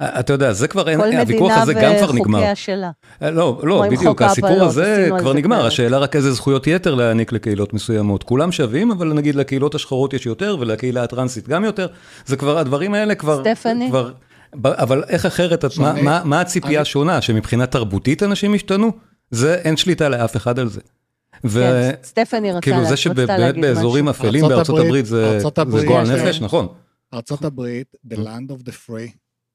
אה, אתה יודע, זה כבר אין,
כל
הוויכוח
מדינה
הזה גם כבר נגמר.
וחוקיה שלה.
אה, לא, לא,
כמו עם
בדיוק,
חוק
הסיפור
ההפלות,
הזה
עשינו על
כבר
זה
נגמר,
פרק.
השאלה רק איזה זכויות יתר להעניק לקהילות מסוימות. כולם שווים, אבל נגיד לקהילות השחורות יש יותר, ולקהילה הטרנסית גם יותר. זה כבר, הדברים האלה כבר...
סטפני?
כבר, ב- אבל איך אחרת, את, מה,
שונה.
מה, מה הציפייה
אני-
השונה, שמבחינה תרבותית אנשים השתנו? זה, אין שליטה לאף אחד על זה. ו...
כן, סטפני רצה
כאילו
לה-
זה
רצתה
שבאמת
להגיד
באזורים
משהו.
אפלים
ארצות
בארצות
הברית-
הברית זה
ארצות
זה
הברית,
גועל
כן.
נפש, נכון.
ארצות הברית, the land of the free.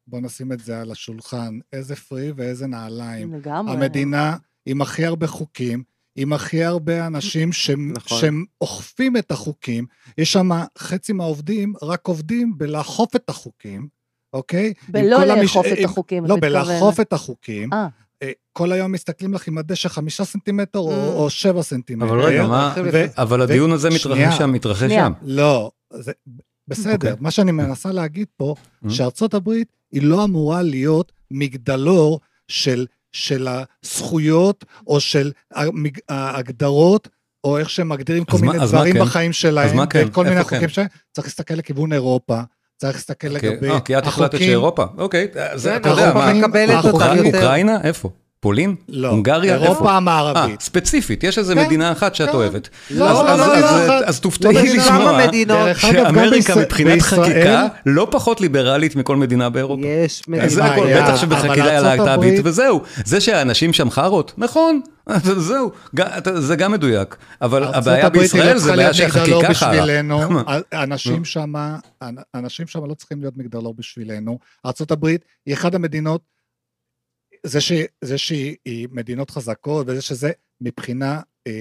בוא נשים את זה על השולחן, איזה free ואיזה נעליים.
לגמרי.
המדינה עם הכי הרבה חוקים, עם הכי הרבה אנשים ש...
נכון.
שהם אוכפים את החוקים. יש שם חצי מהעובדים רק עובדים בלאכוף את החוקים, אוקיי? עם
בלא
כל המש-
לאכוף את
עם-
החוקים, את
לא,
מתכוונת.
בלאכוף את החוקים.
אה,
אה, כל היום מסתכלים לך עם הדשא חמישה סנטימטר
Mm.
או או שבע סנטימטר.
אבל רגע, מה-
הולכים
ו-
אבל הדיון הזה מתרחש
שנייה.
שם, מתרחש
שנייה.
שם.
לא, זה, בסדר,
אוקיי.
מה שאני מנסה להגיד פה,
Mm.
שארצות הברית היא לא אמורה להיות מגדלור של, של הזכויות או של המג- ההגדרות, או איך שהם מגדירים כל
אז מה-
מיני
אז מה
דברים
כן?
בחיים שלהם,
מה כן?
כל מיני
איפה
חוקים
כן?
שלהם, צריך להסתכל לכיוון אירופה, צריך להסתכל לגבי נכון.
כי- אה, כי את החלטת שאירופה, אוקיי, זה- אתה יודע
אירופה
מה,
היא
מקבלת
אנחנו
אותם
אוקראינה-
חיים-
יותר.
אוקראינה, איפה? פולין?
לא,
הונגריה, איפה?
אירופה
אה,
המערבית.
ספציפית, יש איזו
כן,
מדינה אחת שאת
כן.
אוהבת.
לא,
אז-
לא,
אז-
לא,
אז-
לא,
אז-
לא.
אז תופתעי
יש כמה
לשמוע
מדינות
דרך אגב, גם
שאמריקה
בישראל-
מבחינת
בישראל-
חקיקה לא פחות ליברלית מכל מדינה באירופה.
יש
אין
זה
בעיה,
הכל,
מדינה,
בטח
אבל
שבחקירה
ארצות
להט"בית,
הברית-
וזהו. זה שהאנשים שם חארות, נכון, זהו, ג- אתה- זה גם מדויק. אבל
ארצות
הבעיה
הברית היא
בישראל
לא אה,
זה
צריכה
בעיה
להיות מגדלור
שהחקיקה חארה.
בשבילנו.
מה?
אנשים שם, אנשים שם לא צריכים להיות מגדלור בשבילנו. ארה"ב היא אחת המדינות, זה, ש, זה שהיא היא מדינות חזקות וזה שזה מבחינה, אה,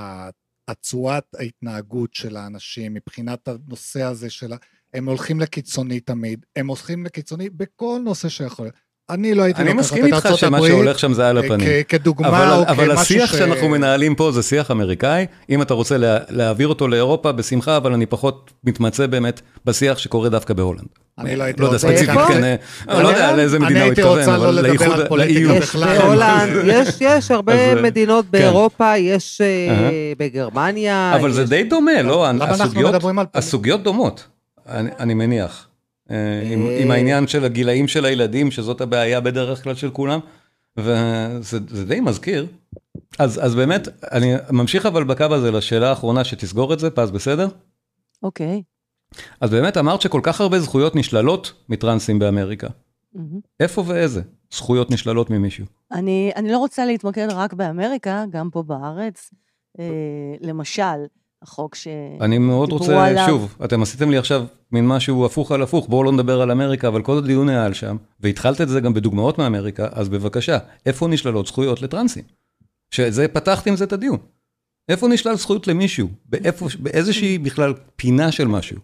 ה- הצורת ההתנהגות של האנשים, מבחינת הנושא הזה של ה... הם הולכים לקיצוני תמיד, הם הולכים לקיצוני בכל נושא שיכול להיות. אני לא הייתי
אני
לוקחת
מסכים
את
איתך
ארצות
שמה
הברית,
שהולך שם זה על
אה,
הפנים.
כ- כדוגמה
אבל,
או
אבל
כמשהו
השיח
ש-
שאנחנו מנהלים פה זה שיח אמריקאי, אם אתה רוצה לה, להעביר אותו לאירופה, בשמחה, אבל אני פחות מתמצא באמת בשיח שקורה דווקא בהולנד.
אני לא הייתי
לא יודע,
רוצה
ספציפית,
לדבר.
כן, אה, לא יודע
אני
לאיזה מדינה הוא
הייתי
התכוון,
רוצה לא
אבל
לדבר
לאיחוד,
על פוליטיקה
ל-EU.
יש
בכלל. לא-
בהולנד, יש, יש
אז, אה,
הרבה
כן.
מדינות באירופה, יש אה,
אהה.
בגרמניה.
אבל זה
אה, יש-
די דומה, לא?
למה אנחנו
הסוגיות,
מדברים על פוליטיקה?
הסוגיות דומות, אני, אני מניח. אה, עם, עם העניין של הגילאים של הילדים, שזאת הבעיה בדרך כלל של כולם, וזה זה די מזכיר. אז, אז באמת, אני ממשיך אבל בקו הזה לשאלה האחרונה שתסגור את זה, פז בסדר?
אוקיי.
אז באמת אמרת שכל כך הרבה זכויות נשללות מטרנסים באמריקה.
מהמם.
איפה ואיזה זכויות נשללות ממישהו?
אני, אני לא רוצה להתמקד רק באמריקה, גם פה בארץ. אה, למשל, החוק ש...
אני מאוד
דיברו
רוצה,
עליו.
שוב, אתם עשיתם לי עכשיו מין משהו הפוך על הפוך, בואו לא נדבר על אמריקה, אבל כל הדיון היה על שם, והתחלת את זה גם בדוגמאות מאמריקה, אז בבקשה, איפה נשללות זכויות לטרנסים? שזה, פתחתי עם זה את הדיון. איפה נשלל זכות למישהו? באיפה, באיזושהי בכלל פינה של משהו?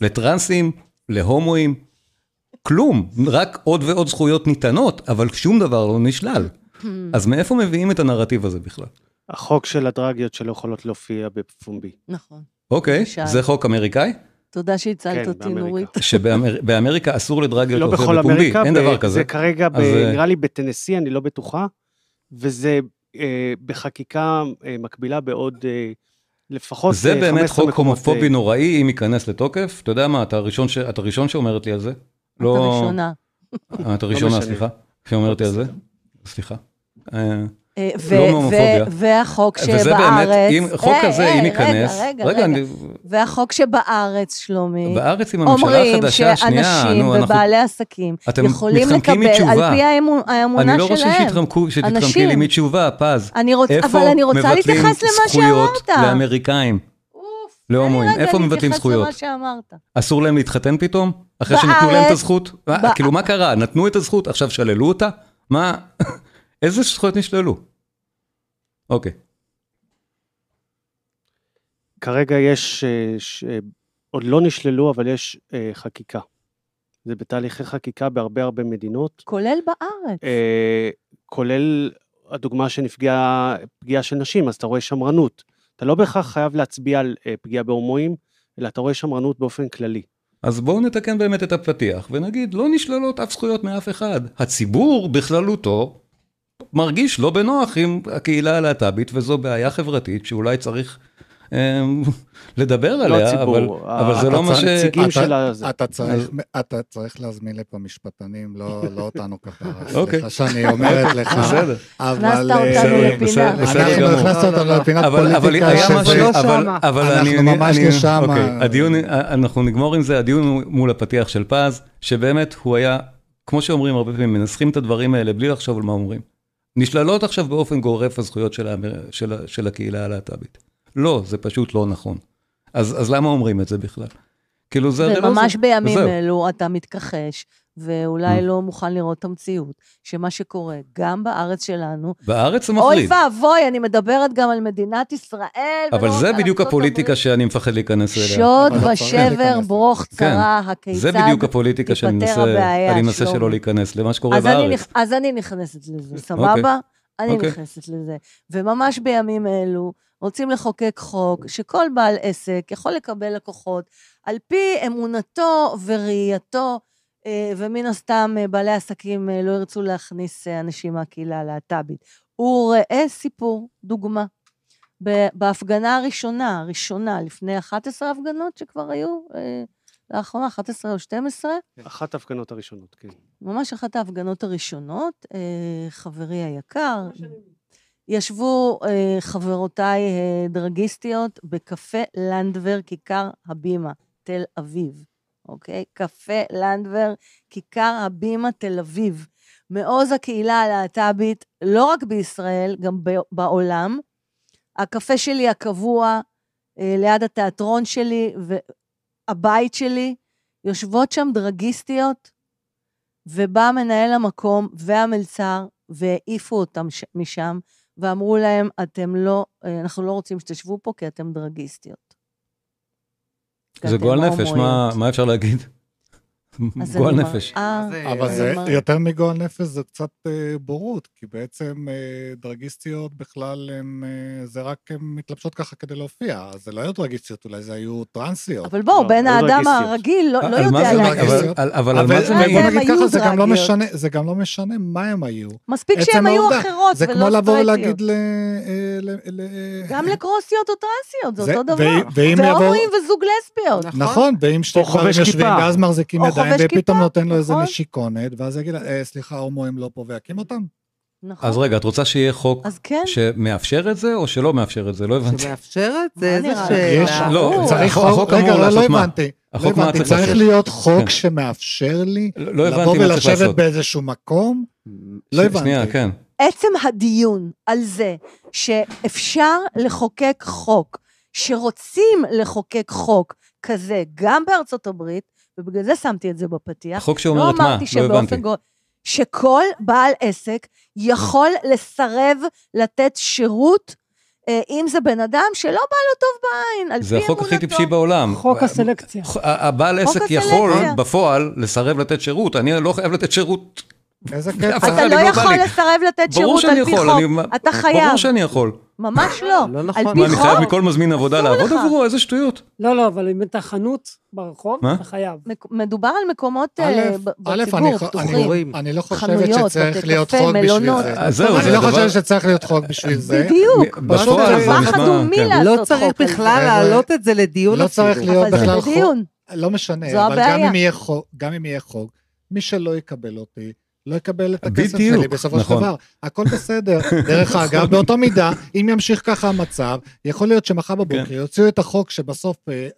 לטרנסים, להומואים, כלום, רק עוד ועוד זכויות ניתנות, אבל שום דבר לא נשלל.
Hmm.
אז מאיפה מביאים את הנרטיב הזה בכלל?
החוק של הדרגיות שלא יכולות להופיע בפומבי.
נכון.
אוקיי,
למשל.
זה חוק אמריקאי?
תודה שהצלת
כן,
אותי,
באמריקה.
נורית.
שבאמריקה אסור לדרגיות
לא
להופיע
בכל
כן, בפומבי,
אמריקה,
אין
ב-
דבר כזה.
זה כרגע, ב-
אז, אה,
נראה לי בטנסי, אני לא בטוחה, וזה אה, בחקיקה אה, מקבילה בעוד אה, לפחות
זה
אה,
באמת
15
חוק
מקומות,
הומופובי
אה,
נוראי, אם ייכנס לתוקף. אתה יודע מה, אתה הראשון, ש... את הראשון שאומרת לי על זה. לא...
את הראשונה.
אה, את הראשונה,
לא משנה.
סליחה. שאומרת לי על זה.
בסדר.
סליחה. אה,
אה,
לא
ו-
מהומופוביה.
ו- והחוק שבארץ...
וזה באמת, אם חוק
היי,
כזה,
היי,
אם ייכנס...
אה, רגע, רגע, רגע.
אני-
והחוק שבארץ, שלומי,
בארץ עם הממשלה
אומרים
החדשה, שנייה,
שאנשים
נו, אנחנו...
ובעלי עסקים
אתם
יכולים
מתחמקים
לקבל על
מתשובה.
פי האמון- האמונה
אני לא רוצה
שלהם.
שתתחמקו- שתתחמקי
אנשים.
לי מתשובה, פז.
אני רוצ-
איפה
אבל אני רוצה
מבטלים
להתייחס למה
זכויות
שאמרת.
לאמריקאים?
אוף,
להומואים,
רגע,
איפה
אני
מבטלים
אתייחס
זכויות?
למה שאמרת.
אסור להם להתחתן פתאום? אחרי
בארץ-
שנתנו להם את הזכות? מה,
בא-
כאילו, מה קרה? נתנו את הזכות, עכשיו שללו אותה? מה? איזה זכויות נשללו? אוקיי.
כרגע יש, אה, ש- אה, עוד לא נשללו, אבל יש אה, חקיקה. זה בתהליכי חקיקה בהרבה הרבה מדינות,
כולל בארץ.
אה, כולל הדוגמה שנפגעה פגיעה של נשים, אז אתה רואה שמרנות. אתה לא בהכרח חייב להצביע על אה, פגיעה בהומואים, אלא אתה רואה שמרנות באופן כללי.
אז בואו נתקן באמת את הפתיח ונגיד, לא נשללות אף זכויות מאף אחד. הציבור בכללותו מרגיש לא בנוח עם הקהילה הלהט"בית, וזו בעיה חברתית שאולי צריך אמ, לדבר עליה,
לא הציבור,
אבל, אבל זה לא מה ש...
הנציגים
אתה-
של ה- זה.
אתה צריך- אתה צריך להזמין לפה משפטנים, לא לא אותנו ככה.
אוקיי.
סליחה שאני אומרת לך.
בסדר.
אבל... אה,
הכנסת
בסדר,
אותנו לפינה.
בסדר,
לא,
בסדר
אנחנו
גמור.
הכנסנו אותנו לפינת
אבל, אבל
פוליטיקה.
היה
שזה-
משהו,
לא
אבל,
שמה.
אבל
אנחנו
אני,
ממש
אני,
לא שמה.
אוקיי, הדיון, אנחנו נגמור עם זה, הדיון הוא מול הפתיח של פז, שבאמת הוא היה, כמו שאומרים הרבה פעמים, מנסחים את הדברים האלה בלי לחשוב על מה אומרים. נשללות עכשיו באופן גורף הזכויות של, האמר- של, ה- של הקהילה הלהט"בית. לא, זה פשוט לא נכון. אז, אז למה אומרים את זה בכלל? כאילו זה... הדבר הזה.
וממש בימים
וזהו.
אלו אתה מתכחש,
Mm.
ואולי לא מוכן לראות את המציאות, שמה שקורה גם בארץ שלנו,
בארץ זה
אוי
מחריד.
ואבוי, אני מדברת גם על מדינת ישראל.
אבל
ולא רק
זה
על
בדיוק
לא ארצות
הפוליטיקה
הברית.
שאני מפחד להיכנס אליה.
שוד
אבל לא צריך
בשבר,
להיכנס.
ברוך צרה, הכיצד
כן, זה בדיוק הפוליטיקה שאני
תיפתר
מנסה,
הבעיה,
אני מנסה
שלומי?
שלא להיכנס למה שקורה
אז אני
בארץ.
נכ- אז אני נכנסת לזה, סבבה? אני
אוקיי.
נכנסת לזה. וממש בימים אלו רוצים לחוקק חוק שכל בעל עסק יכול לקבל לקוחות על פי אמונתו וראייתו, אה, ומן הסתם אה, בעלי עסקים אה, לא ירצו להכניס אה, אנשים מהקהילה הלהט"בית. וראה סיפור, דוגמה. ב- בהפגנה הראשונה, הראשונה, לפני 11 הפגנות שכבר היו, אה, לאחרונה, 11 או 12,
כן.
אחת ההפגנות הראשונות, כן.
ממש אחת ההפגנות הראשונות, אה, חברי היקר, ישבו אה, חברותיי אה, דרגיסטיות בקפה לנדבר, כיכר הבימה, תל אביב, אוקיי? קפה לנדבר, כיכר הבימה, תל אביב. מעוז הקהילה הלהט"בית, לא רק בישראל, גם ב- בעולם. הקפה שלי הקבוע, אה, ליד התיאטרון שלי והבית שלי, יושבות שם דרגיסטיות, ובא מנהל המקום והמלצר, והעיפו אותם ש- משם, ואמרו להם, אתם לא, אה, אנחנו לא רוצים שתשבו פה כי אתם דרגיסטיות. לא כי
זה
אתם
גועל נפש, מה,
הומואיות."
מה אפשר להגיד?
אז
גועל
אני
נפש.
מראה-
אבל אה, זה
אבל-
יותר מגועל נפש זה קצת אה, בורות, כי בעצם אה, דרגיסטיות בכלל, הן, אה, זה רק הן מתלבשות ככה כדי להופיע, אז זה לא היו דרגיסטיות, אולי זה היו טרנסיות.
אבל בואו,
לא,
בין
היו
האדם
דרגיסטיות.
הרגיל לא לא
על אה, מה
יודע
זה
להגיד.
אבל-
להגיד.
על- אבל על מה זה
אבל
מעיד?
בוא נגיד
הם
ככה,
היו
זה גם, לא
דרגיות.
משנה, זה גם לא משנה מה הם היו.
מספיק
עצם
שהן היו
העובדה,
אחרות
זה כמו
ולא
לבוא
סטרייטיות.
ולהגיד ל... אה, ל, ל
גם לקרוסיות או טרנסיות, זה אותו דבר.
ו- ואם יבואו...
והומואים וזוג לסביות.
נכון, ואם שתי
או
גברים
חובש
יושבים
כיפה.
ואז מחזיקים
או חובש
ידיים, ופתאום
כיפה,
נותן לו איזה
נכון.
נשיקונת, ואז יגיד, "אה, סליחה, הומואים לא פה ויקים אותם?
אה,
נכון.
אז רגע, את רוצה שיהיה חוק
אז כן,
שמאפשר את זה או שלא מאפשר את זה? לא הבנתי.
שמאפשרת? זה איזה
נראה לך?
יש,
שאלה.
לא,
ברור.
צריך-
החוק-
החוק
רגע,
אמור
לא,
לעשות
לא
מה?
הבנתי. לא
החוק מה
הבנתי,
צריך
צריך
לעשות?
להיות חוק
כן.
שמאפשר לי
לא לא
לבוא
הבנתי מה צריך
ולשבת
לעשות.
באיזשהו מקום? לא
ש-
הבנתי.
שנייה, כן.
עצם הדיון על זה שאפשר לחוקק חוק, שרוצים לחוקק חוק כזה גם בארצות הברית, ובגלל זה שמתי את זה בפתיח,
חוק שאומר את
לא
מה?
אמרתי
לא הבנתי.
שבאופן גו... שכל בעל עסק יכול לסרב לתת שירות, אה, אם זה בן אדם שלא בא לו טוב בעין, על
זה
פי
החוק הכי
אמונתו.
טיפשי בעולם. אה,
חוק הסלקציה.
ח- ה- הבעל
חוק
עסק יכול
הסלקציה.
בפועל לסרב לתת שירות, אני לא חייב לתת שירות.
איזה
אתה
קטע.
אתה
אני
לא
לא בא
יכול
לי.
לסרב לתת
ברור
שירות
שאני
על פי
יכול,
חוק,
אני-
אתה חייב,
ברור שאני יכול.
ממש לא,
לא
על
נכון.
פי
מה, אני חייב
חוק,
מכל מזמין עבודה
אסור
לעבוד
לך.
עבורו? איזה שטויות.
לא, לא, אבל אם אתה חנות ברחוב,
מה?
אתה חייב.
מק- מדובר על מקומות אה,
א',
ב-
א',
בציבור,
אני-
פתוחים.
אני- אני לא חושבת
חנויות,
שצריך
בתי
להיות
קפה,
חוק בשביל
מלונות.
זה.
אז אה, זהו,
אני
זה
לא
דבר-
חושבת שצריך להיות חוק בשביל זה.
בדיוק.
בפועל
פשוט
זה
דבר
נשמע-
חד-הומי
כן.
לעשות
לא
חוק
צריך
על זה.
בכלל להעלות את זה לדיון
לא צריך
אפילו.
להיות
אבל זה
בכלל חוק.
בדיון.
לא משנה,
זו
אבל גם
הבעיה.
אם יהיה חוק, גם אם יהיה חוק, מי שלא יקבל אותי, לא יקבל את הכסף
בדיוק,
שלי בסופו של
נכון.
דבר. הכל בסדר. דרך אגב, באותו מידה, אם ימשיך ככה המצב, יכול להיות שמחר
כן.
בבוקר יוציאו את החוק שבסוף אה, אה,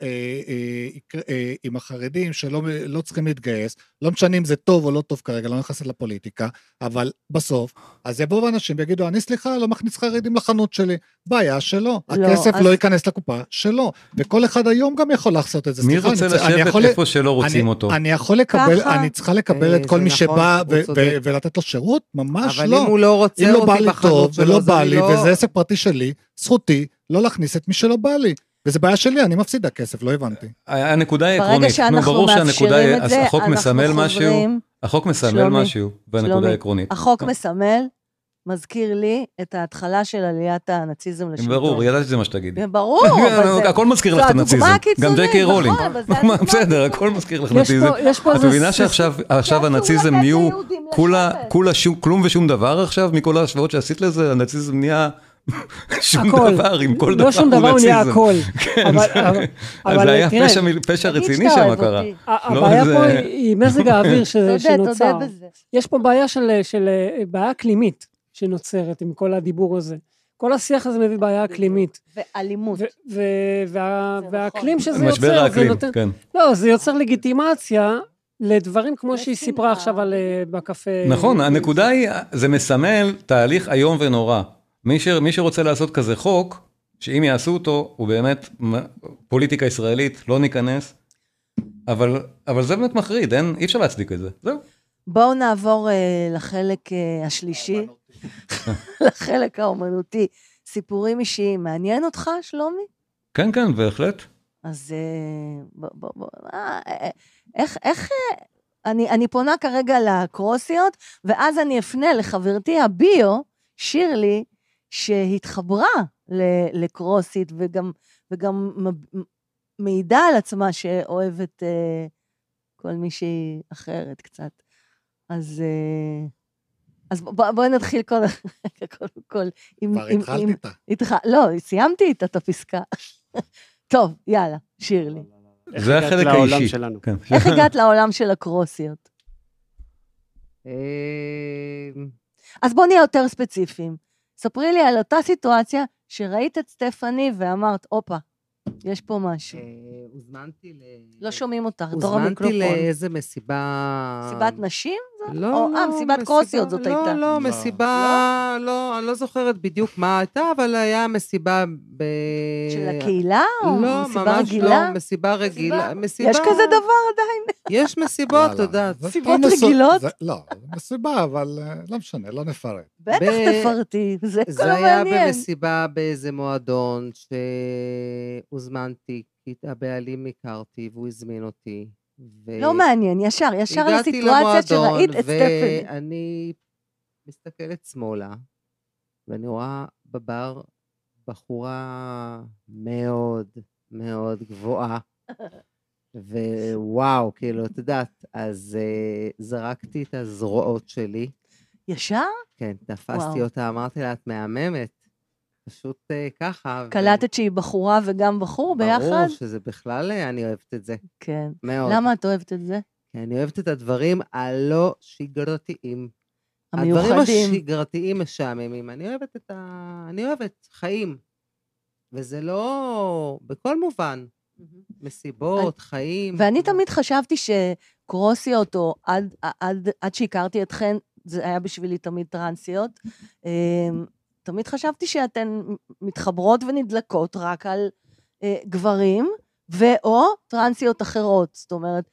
אה, יקרה- אה, עם החרדים שלא לא צריכים להתגייס, לא משנה אם זה טוב או לא טוב כרגע, לא נכנסת לפוליטיקה, אבל בסוף, אז יבואו אנשים ויגידו, אני סליחה, לא מכניס חרדים לחנות שלי. בעיה שלו,
לא,
הכסף
אז-
לא ייכנס לקופה שלו, וכל אחד היום גם יכול לעשות את זה.
מי
סליחה, אני
רוצה
צ- אני
לשבת
יכול-
איפה שלא רוצים
אני-
אותו?
אני יכול לקבל,
ככה?
אני צריכה לקבל
אה,
את כל
זה
מי
נכון,
שבא
הוא
ו-
צודק.
ו- ולתת לו שירות? ממש
אבל אם
לא.
הוא לא רוצה
אם לא בא
אותי
לי
בחנות
טוב
שלו,
ולא
אז
בא
אני
לי,
לא-
וזה עסק פרטי שלי, זכותי לא להכניס את מי שלא בא לי. וזה בעיה שלי, אני מפסידה כסף, לא הבנתי.
הנקודה היא
ברגע
עקרונית. נו,
שאנחנו
ברור שהנקודה היא,
מאפשרים את
אז
זה,
החוק
אנחנו
מסמל משהו,
חוברים,
החוק מסמל
שלומי,
משהו, והנקודה
שלומי,
עקרונית.
החוק מסמל מזכיר לי את ההתחלה של עליית הנאציזם לשלטון.
ברור, ידעתי שזה מה שתגידי.
ברור,
לא,
אבל זה...
הכל מזכיר
זו
לך את
הדוגמה
הנאציזם. גם
הקיצונית,
ג'קי רולינג.
נכון, אבל זה הדוגמה
בסדר,
הקיצונית.
הכל מזכיר לך
יש
נאציזם.
פה- יש פה
את
איזה...
מבינה
ס-
שעכשיו עכשיו
שאסור
הנאציזם
לתת
נהיו
ליהודים
כולה,
לשבת.
כולה שום, כלום ושום דבר עכשיו, מכל ההשוואות שעשית לזה, הנאציזם נהיה שום
הכל.
דבר, עם כל דבר
לא שום דבר הוא נהיה
נאציזם.
הכל.
כן,
אבל-
זה-
אבל-
אז זה היה
אבל תראה,
פשע מ- פשע
תגיד
רציני
שאתה
שם
אוהב
קרה.
אותי.
ה-
לא,
הבעיה
זה-
פה היא היא מזג האוויר ש-
תודה, תודה
שנוצר.
בזה.
יש פה בעיה של, של אה, בעיה אקלימית שנוצרת עם כל הדיבור הזה. כל השיח הזה מביא בעיה אקלימית.
ואלימות.
ו- ו- וה-
זה
והאקלים
נכון.
שזה יוצר,
משבר
זה
האקלים,
נותן-
כן.
לא, זה יוצר לגיטימציה לדברים כמו שהיא
לשנאה.
סיפרה עכשיו על אה, בקפה.
נכון, הנקודה
אה,
היא, זה מסמל תהליך איום ונורא. מי, ש, מי שרוצה לעשות כזה חוק, שאם יעשו אותו, הוא באמת מ- פוליטיקה ישראלית, לא ניכנס. אבל, אבל זה באמת מחריד, אין, אי אפשר להצדיק את זה. זהו.
בואו נעבור אה, לחלק אה, השלישי, לחלק האומנותי. סיפורים אישיים. מעניין אותך, שלומי?
כן, כן, בהחלט.
אז אה, בוא, בוא, בוא, אה, אה, איך, איך, אה, אני, אני פונה כרגע לקרוסיות, ואז אני אפנה לחברתי הביו, שירלי, שהתחברה ל, לקרוסית, וגם, וגם מב- מעידה על עצמה שאוהבת אה, כל מישהי אחרת קצת. אז, אה, אז בואי בוא נתחיל כל, קודם כל, עם,
כבר
עם,
התחלת
עם,
איתה.
איתך, לא, סיימתי איתה את הפסקה. טוב, יאללה, שירלי.
זה החלק האישי.
שלנו.
כן.
איך הגעת לעולם של הקרוסיות?
אה,
אז בוא נהיה יותר ספציפיים. ספרי לי על אותה סיטואציה שראית את סטפני ואמרת, הופה, יש פה משהו.
אה, הוזמנתי ל...
לא שומעים אותך, דור
הוזמנתי
המיקרופון.
לאיזה מסיבה...
מסיבת נשים?
לא,
או- אה,
לא,
מסיבת
מסיבה-
קרוסיות זאת הייתה.
לא,
לא.
לא, מסיבה... לא, אני לא זוכרת בדיוק מה הייתה, אבל היה מסיבה ב...
של הקהילה? או
אה, לא,
מסיבה
ממש
רגילה?
לא, מסיבה רגילה. מסיבה...
יש כזה דבר עדיין?
יש מסיבות, את יודעת.
לא, זה
סיבות
פעם מסו-
רגילות?
זה- לא, מסיבה, אבל אה, לא משנה, לא נפרט.
בטח
ב-
תפרטי, זה כל
זה היה
המעניין.
במסיבה באיזה מועדון שהוזמנתי, כי את הבעלים הכרתי והוא הזמין אותי. ו...
לא מעניין, ישר, ישר לסיטואציה שראית את סטפני.
ואני מסתכלת שמאלה, ואני רואה בבר בחורה מאוד מאוד גבוהה. ווואו, כאילו, את יודעת, אז uh, זרקתי את הזרועות שלי,
ישר?
כן,
וואו.
תפסתי אותה, אמרתי לה, את מהממת. פשוט uh, ככה. ו-
קלטת שהיא בחורה וגם בחור ביחד?
ברור שזה בכלל, אה, אני אוהבת את זה,
כן.
מאוד.
למה את אוהבת את זה?
כי אני אוהבת את הדברים הלא שגרתיים. הדברים
המיוחדים.
השגרתיים משעממים. אני אוהבת את ה... אני אוהבת חיים. וזה לא... בכל מובן. מסיבות, חיים.
ואני תמיד חשבתי שקרוסיות, או עד, עד, עד שהכרתי אתכן, זה היה בשבילי תמיד טרנסיות, אמ, תמיד חשבתי שאתן מתחברות ונדלקות רק על אה, גברים, ואו טרנסיות אחרות. זאת אומרת,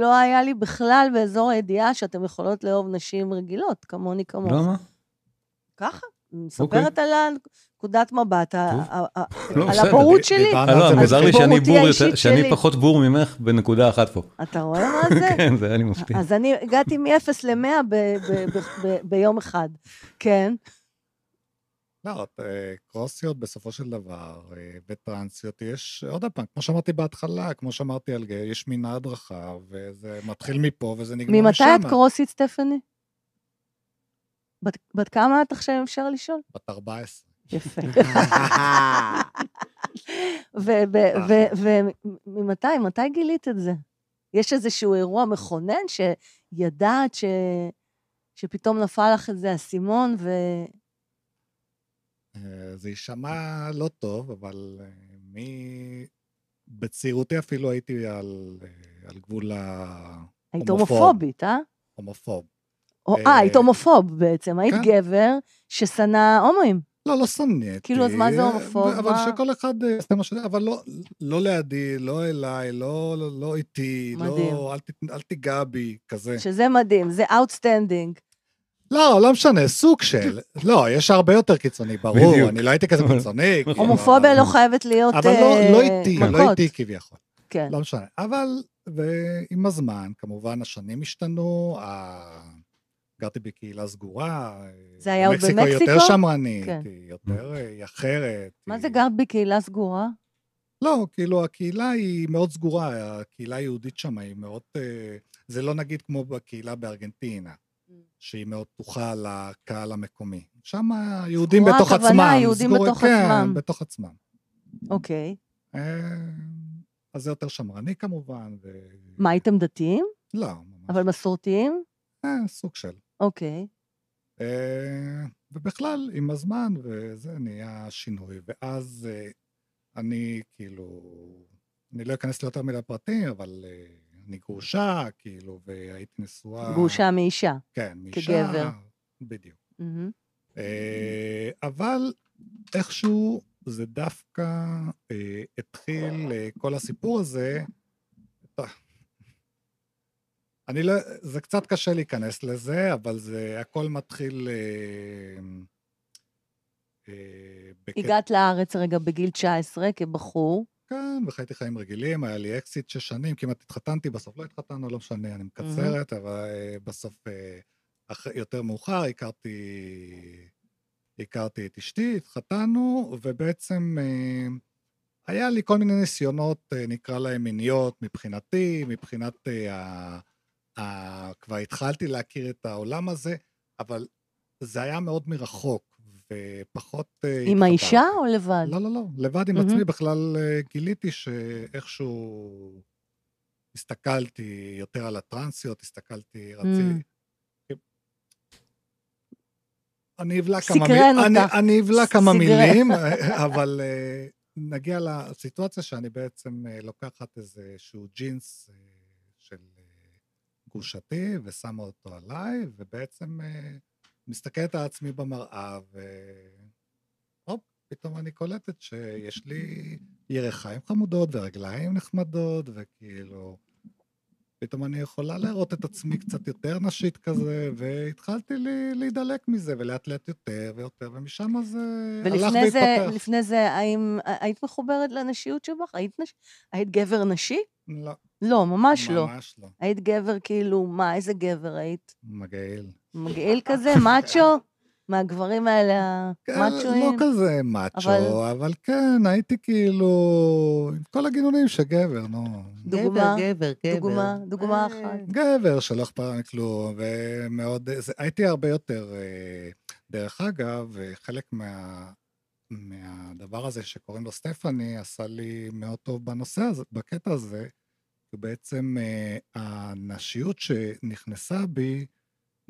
לא היה לי בכלל באזור הידיעה שאתן יכולות לאהוב נשים רגילות, כמוני כמוך.
לא,
למה?
ככה,
אוקיי.
אני מספרת על הנקודת מבט, ה-
טוב.
ה- ה-
לא,
אה, על
בסדר.
הבורות שלי.
אה, לא,
זה
מוזר לי שאני
בורותי
בור
האישית
יותר, שאני
שלי.
פחות בור ממך בנקודה אחת פה.
אתה רואה מה זה?
כן, זה היה לי מפתיע.
אז אני הגעתי מ-0 ל-100 ביום אחד. כן,
לא, אה, קרוסיות בסופו של דבר, אה, וטרנסיות, יש, עוד פעם, כמו שאמרתי בהתחלה, כמו שאמרתי על גיי, יש מנעד רחב, וזה מתחיל מפה וזה נגמר
ממתי
משם.
את קרוסית, סטפני? בת- בת כמה את עכשיו, אם אפשר לשאול?
בת 14.
יפה.
אה,
וממתי, מתי גילית את זה? יש איזשהו אירוע מכונן שידעת ש... שפתאום נפל לך איזה אסימון, ואיך
אה, זה יישמע לא טוב, אבל אה, מי... בצעירותי אפילו הייתי על, אה, על גבול
היית
הומופוב.
הומופובית, אה?
ההומופוב.
או-
אה,
אה, היית הומופוב בעצם, היית
כן.
גבר ששנא הומואים.
לא, לא שנאתי.
כאילו, אז מה זה הומופוב?
אבל
מה?
שכל אחד אה, עושה מה שזה, אבל לא, לא לידי, לא אליי, לא, לא, לא איתי,
מדהים.
לא, אל, ת- אל תיגע בי, כזה.
שזה מדהים, זה אאוטסטנדינג.
לא, לא משנה, סוג של. לא, יש הרבה יותר קיצוני, ברור,
בדיוק.
אני לא הייתי כזה
אבל-
קיצוני. כאילו,
הומופוביה
אבל-
לא חייבת להיות
אבל לא,
אה,
לא איתי, לא
מכות.
איתי כביכול.
כן.
לא משנה. אבל, ועם הזמן, כמובן, השנים השתנו, ה- גרתי בקהילה סגורה.
זה היה עוד
מקסיקו יותר
במקסיקו?
שמרנית,
כן.
היא יותר, אה, היא אחרת.
מה
היא-
זה גר בקהילה סגורה?
לא, כאילו, הקהילה היא מאוד סגורה, הקהילה היהודית שם היא מאוד... אה, זה לא נגיד כמו בקהילה בארגנטינה,
Mm.
שהיא מאוד פתוחה לקהל המקומי. שם היהודים
סגורה,
בתוך
הכוונה,
עצמם.
היהודים
סגורים-
בתוך עצמם.
כן, בתוך עצמם.
אוקיי.
אה, אז זה יותר שמרני כמובן, ו...
מה, הייתם דתיים?
לא, ממש.
אבל מסורתיים?
אה, סוג של.
אוקיי.
אה, ובכלל, עם הזמן, וזה נהיה שינוי. ואז אה, אני, כאילו, אני לא אכנס ליותר מדי פרטים, אבל אה, אני גרושה, כאילו, והייתי נשואה...
גרושה מאישה.
כן, מאישה.
כגבר.
בדיוק.
מהמם.
אה, אבל איכשהו זה דווקא אה, התחיל אה, כל הסיפור הזה. אה, אני לא, זה קצת קשה להיכנס לזה, אבל זה הכל מתחיל אה, אה, בקטע-
הגעת לארץ רגע בגיל 19 כבחור.
כן, וחייתי חיים רגילים, היה לי אקזיט שש שנים, כמעט התחתנתי, בסוף לא התחתנו, לא משנה, אני מקצרת, אבל אה, בסוף, אה, אח- יותר מאוחר, הכרתי, הכרתי את אשתי, התחתנו, ובעצם אה, היה לי כל מיני ניסיונות, אה, נקרא להם מיניות, מבחינתי, מבחינת... אה, ה- ה- כבר התחלתי להכיר את העולם הזה, אבל זה היה מאוד מרחוק, ופחות... אה,
עם האישה
התחברתי.
או לבד?
לא, לא, לא, לבד עם
מהמם.
עצמי בכלל אה, גיליתי שאיכשהו הסתכלתי יותר על הטרנסיות, הסתכלתי, רציתי... אני אבלע כמה
סקרן
מילים, אני,
אותך.
אני אבלע כמה
סקרן.
מילים, אה, אבל אה, נגיע לסיטואציה שאני בעצם אה, לוקחת איזשהו ג'ינס אה, של אה, גרושתי ושמה אותו עליי, ובעצם אה, מסתכלת על עצמי במראה, והופ, פתאום אני קולטת שיש לי ירחיים חמודות ורגליים נחמדות, וכאילו, פתאום אני יכולה להראות את עצמי קצת יותר נשית כזה, והתחלתי לי, להידלק מזה, ולאט לאט יותר ויותר, ומשם זה הלך
ולפני זה,
והתפתח.
לפני זה, האם היית מחוברת לנשיות שבך? היית, נש... היית גבר נשי?
לא,
לא, ממש לא.
ממש לא.
היית גבר כאילו, מה, איזה גבר היית?
מגעיל.
מגעיל כזה? מאצ'ו? מהגברים האלה
כן, לא
המאצ'ואים?
כזה מאצ'ו,
אבל-
אבל... אבל כן, הייתי כאילו, עם כל הגינונים שגבר, נו.
דוגמה,
גבר, גבר. אה,
דוגמה, דוגמה אחת.
גבר שלא אכפת לו מכלום, ומאוד, זה, הייתי הרבה יותר, אה, דרך אגב, אה, חלק מה, מהדבר הזה שקוראים לו סטפני, עשה לי מאוד טוב בנושא הזה, בקטע הזה, כי בעצם אה, הנשיות שנכנסה בי,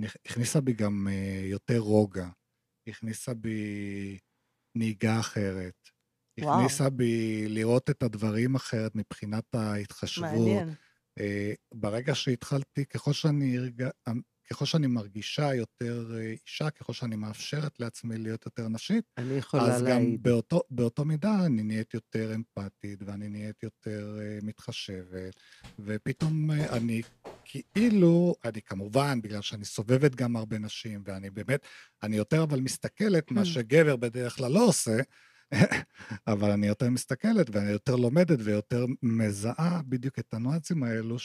נכ- הכניסה בי גם אה, יותר רוגע, הכניסה בי נהיגה אחרת,
וואו.
הכניסה בי לראות את הדברים אחרת מבחינת ההתחשבות.
מעניין.
אה, ברגע שהתחלתי, ככל שאני, הרגע, ככל שאני מרגישה יותר אה, אישה, ככל שאני מאפשרת לעצמי להיות יותר נשית,
אני יכולה
אז גם
להעיד.
באותו, באותו מידה אני נהיית יותר אמפתית, ואני נהיית יותר אה, מתחשבת, ופתאום אה, אני כאילו, אני כמובן, בגלל שאני סובבת גם הרבה נשים, ואני באמת, אני יותר אבל
כן.
מסתכלת, מה שגבר בדרך כלל לא עושה, אבל אני יותר מסתכלת ואני יותר לומדת ויותר מזהה בדיוק את הנואצים האלו,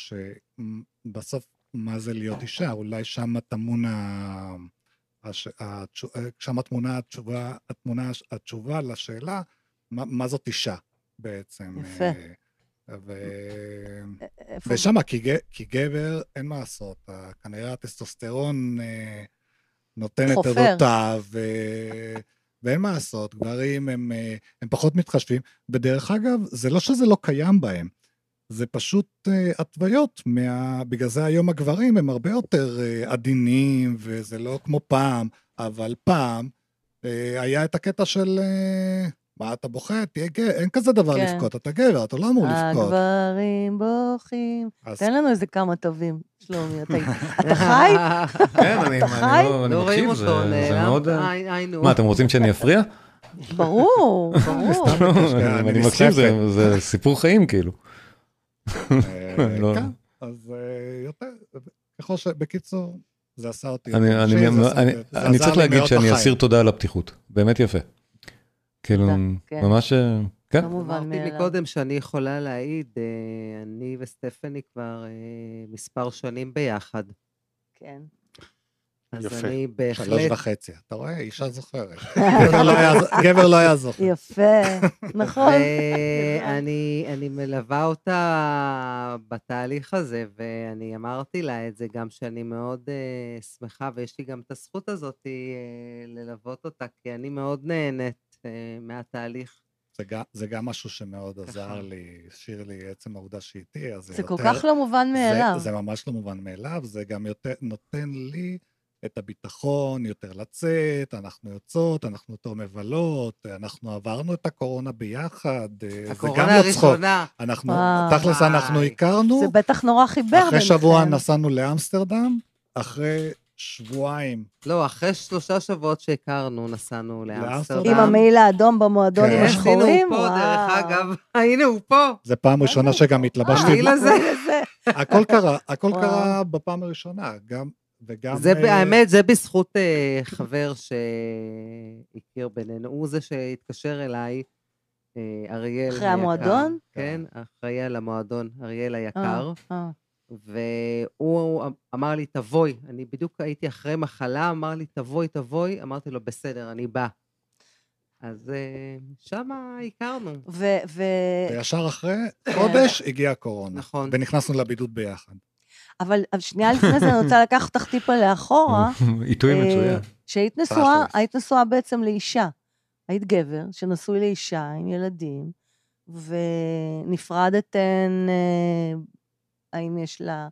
שבסוף, מה זה להיות אישה? אולי שם טמון ה... הש... התשו... שם התמונה, התשובה, התמונה, התשובה לשאלה, מה, מה זאת אישה בעצם.
יפה.
אה, ו...
איפה-
ושמה, כי, ג... כי גבר, אין מה לעשות, ה- כנראה הטסטוסטרון אה, נותן את
חופר.
עדותיו, ו... ואין מה לעשות, גברים הם, אה, הם פחות מתחשבים, ודרך אגב, זה לא שזה לא קיים בהם, זה פשוט אה, התוויות, מה... בגלל זה היום הגברים הם הרבה יותר אה, עדינים, וזה לא כמו פעם, אבל פעם אה, היה את הקטע של... אה, מה אתה בוכה? תהיה גבר, אין כזה דבר
כן. אה,
לבכות, אתה גבר, אתה לא אמור לבכות.
הגברים בוכים.
אז
תן לנו איזה כמה טובים, שלומי. אתה אתה חי?
כן, אני,
אתה חי?
אני, לא, אני
לא רואים
מקשיב,
אותו,
זה, זה
נעלם.
מאוד... אה,
היי, היי, נו.
מה, אתם רוצים שאני אפריע?
ברור, ברור.
לא,
אני
אני מקשיב, זה-
נסחפת.
זה סיפור חיים כאילו.
אה,
לא.
כן, אז אה, יותר, ככל ש... בקיצור, זה עשה אותי.
אני-
יותר
אני-
אנושי, כאילו, זה עשה
אני-
אותי- זה
אני
עזר
צריך
לי
להגיד
מאוד
שאני
בחיים.
אסיר תודה על הפתיחות, באמת יפה. כאילו,
תודה, כן.
ממש... אה, כן,
כמובן
אמרתי
מאליו.
מקודם שאני יכולה להעיד, אה, אני וסטפני כבר אה, מספר שנים ביחד.
כן.
אז
יפה.
אני
שלוש
בהחלט...
וחצי. אתה רואה? אישה זוכרת. גבר לא היה ז- גבר לא היה זוכר.
יפה, נכון.
ואני אני מלווה אותה בתהליך הזה, ואני אמרתי לה את זה גם שאני מאוד אה, שמחה, ויש לי גם את הזכות הזאת אה, ללוות אותה, כי אני מאוד נהנית אה, מהתהליך.
זה גם- זה גם משהו שמאוד עזר
נכון.
לי, שירלי, עצם העובדה שהיא איתי, אז
זה כל
יותר-
כך לא מובן
זה-
מאליו.
זה ממש לא מובן מאליו, זה גם יותר, נותן לי את הביטחון יותר לצאת, אנחנו יוצאות, אנחנו יותר מבלות, אנחנו עברנו את הקורונה ביחד, אה, זה גם
הקורונה
לא צחוק.
הראשונה,
אנחנו,
וואו.
תכלס אנחנו
וואי.
הכרנו,
זה בטח נורא חיבר ביניכם.
אחרי שבוע נסענו לאמסטרדם, אחרי שבועיים,
לא, אחרי שלושה שבועות שהכרנו, נסענו לאמסטרדם.
לאמסטרדם.
עם המעיל האדום במועדון
כן.
עם
כן, הנה
השחורים?
הוא פה, דרך
וואו.
אגב. הנה הוא פה.
זה פעם ראשונה שגם התלבשתי,
הגיל הזה.
המעיל הזה.
הכל קרה, הכל
וואו.
קרה בפעם הראשונה, גם, וגם...
זה, ב-
אה,
האמת, זה בזכות אה, חבר שהכיר בינינו. הוא זה שהתקשר אליי, אה, אריאל
אחרי
היקר.
המועדון?
כן, אחראי על המועדון, אריאל היקר.
אה,
והוא אמ-, אמר לי, תבואי. אני בדיוק הייתי אחרי מחלה, אמר לי, תבואי, תבואי. אמרתי לו, בסדר, אני בא. אז אה, שמה הכרנו.
ו- ו-
וישר אחרי חודש הגיעה הקורונה.
נכון.
ונכנסנו לבידוד ביחד.
אבל אבל שנייה לפני זה אני רוצה לקחת אותך טיפה לאחורה.
עיתוי
אה,
מצוין.
שהיית נשואה,
תכלס.
היית נשואה בעצם לאישה. היית גבר שנשוי לאישה עם ילדים, ונפרדתן, אה, האם יש לה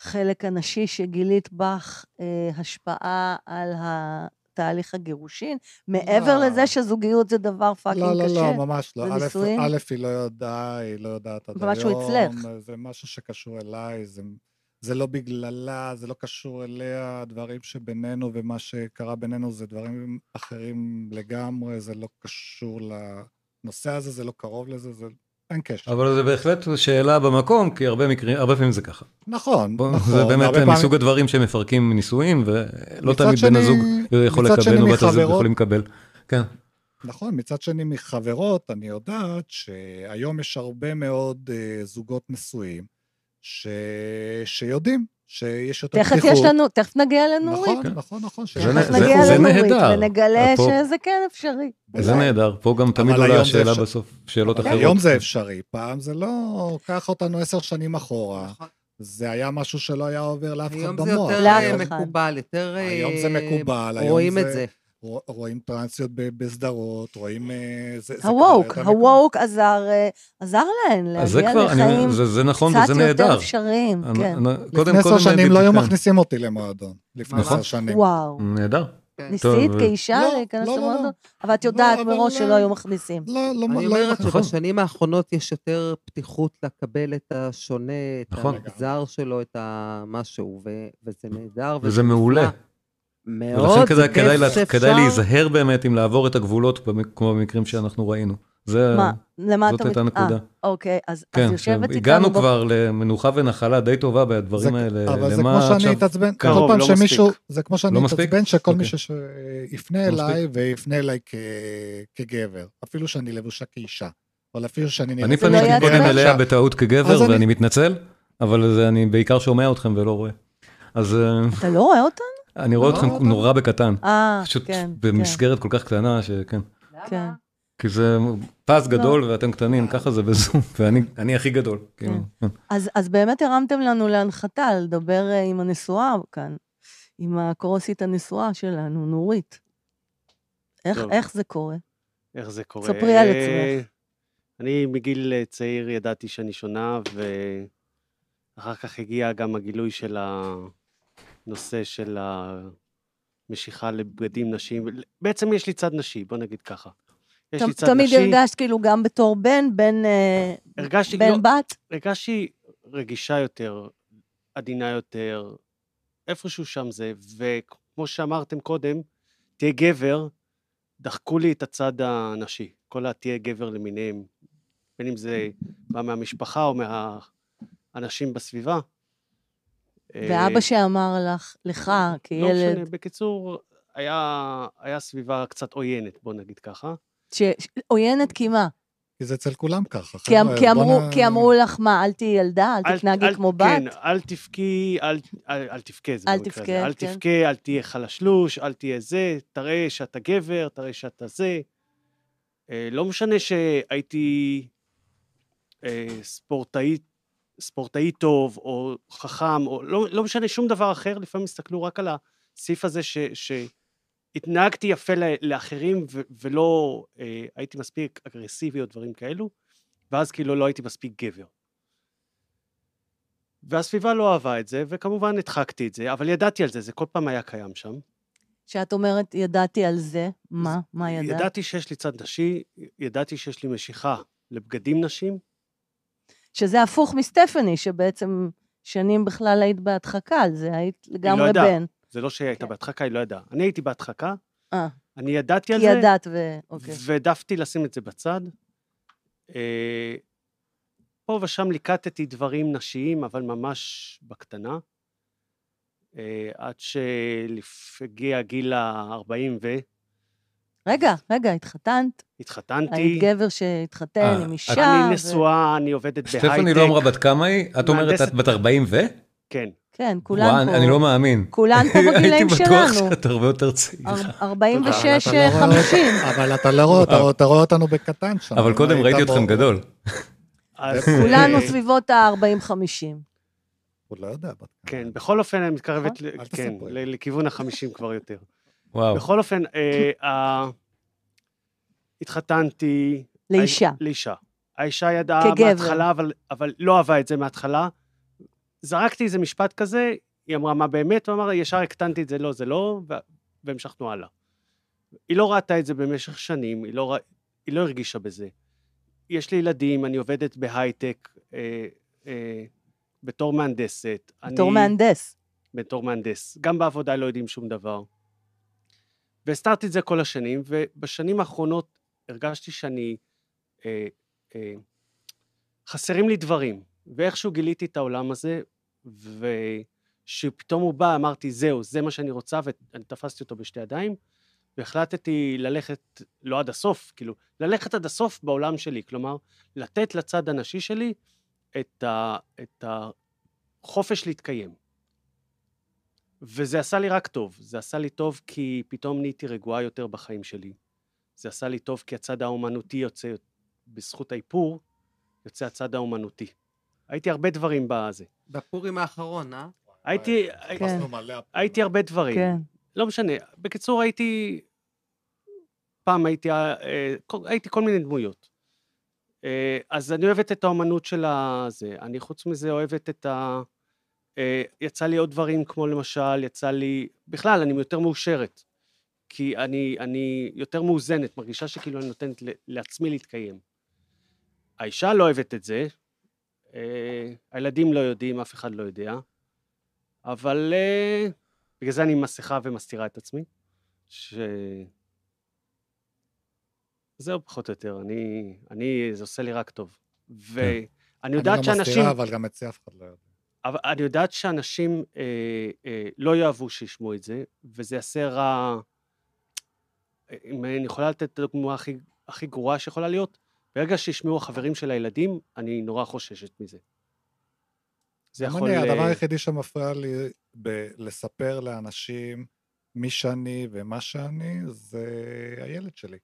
חלק הנשי שגילית בך אה, השפעה על התהליך הגירושין, מעבר
לא.
לזה שזוגיות זה דבר פאקינג
לא, לא,
קשה.
לא, ממש לא. א',
ונישואים?
א', היא לא יודעה, היא לא יודעת עד
זה
היום.
משהו אצלך.
זה משהו שקשור אליי, זה, זה לא בגללה, זה לא קשור אליה, הדברים שבינינו ומה שקרה בינינו זה דברים אחרים לגמרי, זה לא קשור לנושא הזה, זה לא קרוב לזה, זה... אין קשר.
אבל זה בהחלט שאלה במקום, כי הרבה מקרים, הרבה פעמים זה ככה.
נכון,
בוא,
נכון.
זה באמת אה,
הרבה
מסוג הדברים שמפרקים נישואים, ולא
מצד
תמיד בן
שני-
הזוג יכול
מצד
לקבל,
שני
או בת הזוג
מחברות-
יכולים לקבל. כן.
נכון, מצד שני מחברות, אני יודעת שהיום יש הרבה מאוד אה, זוגות נשואים ש... שיודעים שיש יותר
תכף
פתיחות.
יש לנו, תכף נגיע לנורית.
נכון,
כן.
נכון, נכון. שיש
זה נ-
תכף
יותר
זה-
נגיע
פתיחות.
זה
לנורית,
נהדר.
ונגלה
פה-
שזה כן אפשרי.
זה נהדר, פה גם תמיד
אבל
עולה
היום זה
השאלה
אפשר-
בסוף, שאלות
אבל
אחרות.
היום זה אפשרי, פעם זה לא... קח אותנו עשר שנים אחורה.
נכון.
זה היה משהו שלא היה עובר לאף אחד
היום
במוח.
זה יותר
לאף
אה,
אחד.
מקובל, יותר...
היום זה
אה,
מקובל, היום
רואים
זה-
את זה.
רוא- רואים טרנסיות ב- בסדרות, רואים... אה, זה- זה כבר
הווק,
יותר מקובל.
הווק עזר, אה, עזר להן
אז זה
להגיע
כבר, אני
לחיים
אומר, זה- זה נכון
קצת
וזה
יותר
נהדר.
אפשריים,
אני-
כן.
אני- קודם-
לפני עשר
קודם
שנים
העליתי-
לא היו
כן.
מכניסים אותי למועדון. לפני
נכון.
עשר שנים.
וואו,
נהדר.
ניסית
טוב,
כאישה
כן. לא,
להיכנס
לא, לא,
למועדון?
לא.
אבל את
לא,
יודעת
אבל
מראש
לא.
שלא היו מכניסים.
לא, לא,
אני
לא היו
אומרת
מכניסים.
נכון.
שבשנים האחרונות יש יותר פתיחות לקבל את השונה, את
נכון.
המגזר שלו, את המשהו, ו- וזה נהדר.
וזה מעולה.
נפלא. מאוד,
ולכן
זה
כדאי-
כיף
כדאי לה-
שאפשר.
כדאי להיזהר באמת אם לעבור את הגבולות, במק- כמו במקרים שאנחנו ראינו.
לא.
זה...
מה, למה
זאת
אתה... מת-
הייתה
אה,
הנקודה.
אוקיי, אז אז
כן,
יושבת איתנו...
הגענו
בו-
כבר למנוחה ונחלה די טובה
זה-
בדברים האלה.
אבל זה
למה
כמו שאני
עכשיו-
אתעצבן, כל
קרוב,
פעם
לא
שמישהו,
מספיק.
זה כמו שאני
לא מספיק?
אתעצבן שכל מי
אוקיי.
שיפנה
לא מספיק?
אליי, ויפנה אליי כ- כגבר, אפילו שאני לבושה כאישה, אבל אפילו שאני נראה...
אני
זה לא
פניתי
יעזור.
קודם
יעזור.
אליה בטעות
אז
כגבר,
אני-
ואני מתנצל, אבל זה- אני בעיקר שומע אתכם ולא רואה. אז אה,
אתה לא רואה אותה?
אני רואה אתכם
אבל-
נורא בקטן.
אה,
פשוט
כן, כן,
במסגרת כל כך קטנה, שכן.
כן.
כי זה פס
לא. כן.
גדול ואתם קטנים, ככה זה בזום, ואני אני הכי גדול. כאילו.
אז, אז באמת הרמתם לנו להנחתה לדבר אה, עם הנשואה כאן, עם הקורסית הנשואה שלנו, נורית. איך,
טוב.
איך זה קורה?
איך זה קורה?
ספרי על
אה,
עצמך.
אני מגיל אה, צעיר ידעתי שאני שונה, ואחר כך הגיע גם הגילוי של הנושא של המשיכה לבגדים נשיים. בעצם יש לי צד נשי, בוא נגיד ככה. יש לי
ת,
צד
תמיד
נשי.
הרגשת כאילו גם בתור בן, בן, אה,
הרגשתי
בן
לא-
בת,
הרגשתי רגישה יותר, עדינה יותר, איפשהו שם זה, וכמו שאמרתם קודם, תהיה גבר, דחקו לי את הצד הנשי, כל התהיה גבר למיניהם, בין אם זה בא מהמשפחה או מהאנשים בסביבה.
ואבא שאמר לך, לך
אה, לא
כילד,
משנה, בקיצור, היה, היה סביבה קצת עוינת, בוא נגיד ככה.
ש- ש- עוינת קימה,
כי זה אצל כולם ככה.
כי אמ-
חבר'ה,
כי
בוא
אמרו-
נ-
כי אמרו לך, מה, אל תהיי ילדה, אל
אל-
תתנהגי כמו בת?
כן, אל תבכי, אל, אל, אל תבכה, זה
אל
במקרה הזה.
תבכה,
אל
כן.
תבכה, אל תהיה חלשלוש, אל תהיה זה, תראה שאתה גבר, תראה שאתה זה. אה, לא משנה שהייתי אה, ספורטאי, ספורטאי טוב, או חכם, או לא, לא משנה שום דבר אחר, לפעמים הסתכלו רק על הסעיף הזה ש... ש התנהגתי יפה ל- לאחרים ו- ולא אה, הייתי מספיק אגרסיבי או דברים כאלו, ואז כאילו לא הייתי מספיק גבר. והסביבה לא אהבה את זה, וכמובן הדחקתי את זה, אבל ידעתי על זה, זה כל פעם היה קיים שם.
שאת אומרת, ידעתי על זה, מה? מה ידעת?
ידעתי שיש לי צד נשי, ידעתי שיש לי משיכה לבגדים נשים,
שזה הפוך מסטפני, שבעצם שנים בכלל היית בהדחקה על זה, היית
לא
לגמרי
ידעה.
בן.
זה לא שהיא הייתה
כן.
בהדחקה, היא לא ידעה. אני הייתי בהדחקה,
אה,
אני ידעתי על
כי
זה,
ידעת ו... אוקיי.
והעדפתי לשים את זה בצד. אה, פה ושם ליקטתי דברים נשיים, אבל ממש בקטנה. אה, עד שהגיע גיל ה-40
רגע, רגע, התחתנת? היית
והתחתנתי.
גבר שהתחתן
אה,
עם אישה?
אני
ו-
נשואה, אני עובדת בהייטק.
סטפני לא אמרה בת כמה היא? את אומרת
מהנדסת-
את בת 40 ו?
כן.
כן,
וואן,
כולם פה.
אני לא מאמין.
כולן פה
הייתי
בגילאים
בטוח
שלנו.
שאת הרבה יותר צעירה.
אר-
אבל אתה
46,
לא רואה
50.
אותה- אבל אתה לא רואה, אותה, אתה רואה אותנו בקטן שם.
אה. אבל
אם
קודם
היית
ראיתי
בו-
אתכם גדול.
אז,
כולנו
אה,
סביבות ה-40-50.
הוא לא יודע. בת כמה.
כן, בכל אופן, אני מתקרבת ל-
אה? אל
כן,
תספרי.
ל- לכיוון החמישים כבר יותר.
וואו.
בכל אופן, אה, ה- התחתנתי...
לאישה.
הי- לאישה. האישה ידעה
כגבר.
מההתחלה, אבל- אבל לא אהבה את זה מההתחלה. זרקתי איזה משפט כזה, היא אמרה, מה באמת? הוא אמר, ישר הקטנתי את זה, לא, זה לא, ו- והמשכנו הלאה. היא לא ראתה את זה במשך שנים, היא לא, רא- היא לא הרגישה בזה. יש לי ילדים, אני עובדת בהייטק, אה, אה, בתור מהנדסת.
בתור
אני-
מהנדס.
בתור מהנדס. גם בעבודה לא יודעים שום דבר. והסתרתי את זה כל השנים, ובשנים האחרונות הרגשתי שאני... אה, אה, חסרים לי דברים, ואיכשהו גיליתי את העולם הזה, וכשפתאום הוא בא, אמרתי, זהו, זה מה שאני רוצה, ואני תפסתי אותו בשתי ידיים, והחלטתי ללכת, לא עד הסוף, כאילו, ללכת עד הסוף בעולם שלי, כלומר, לתת לצד הנשי שלי את, ה, את החופש להתקיים. וזה עשה לי רק טוב. זה עשה לי טוב כי פתאום נהייתי רגועה יותר בחיים שלי. זה עשה לי טוב כי הצד האומנותי יוצא, בזכות האיפור, יוצא הצד האומנותי. הייתי הרבה דברים בזה.
בפורים האחרון, אה?
הייתי, אה,
כן.
פסנו מלא הפעם.
הייתי הרבה
אוקיי.
דברים.
כן.
לא משנה. בקיצור, הייתי... פעם הייתי, אה, כל- הייתי כל מיני דמויות. אה, אז אני אוהבת את האומנות של הזה. אני חוץ מזה אוהבת את ה... אה, יצא לי עוד דברים, כמו למשל, יצא לי... בכלל, אני יותר מאושרת. כי אני, אני יותר מאוזנת, מרגישה שכאילו אני נותנת ל- לעצמי להתקיים. האישה לא אוהבת את זה, אה, הילדים לא יודעים, אף אחד לא יודע, אבל אה, בגלל זה אני עם מסכה ומסתירה את עצמי, ש... זהו פחות או יותר, אני, אני, זה עושה לי רק טוב. ואני יודעת
כן. אני לא
שאנשים...
מסתירה, אבל גם את זה אף אחד לא יודע.
אבל אני יודעת שאנשים אה, אה, לא יאהבו שישמעו את זה, וזה יעשה רע... אה, אם אני יכולה לתת את הדוגמה הכי, הכי גרועה שיכולה להיות, ברגע שישמעו החברים של הילדים, אני נורא חוששת מזה. זה
גם
יכול...
אני,
אה,
הדבר היחידי שמפריע לי בלספר לאנשים מי שאני ומה שאני, זה הילד שלי.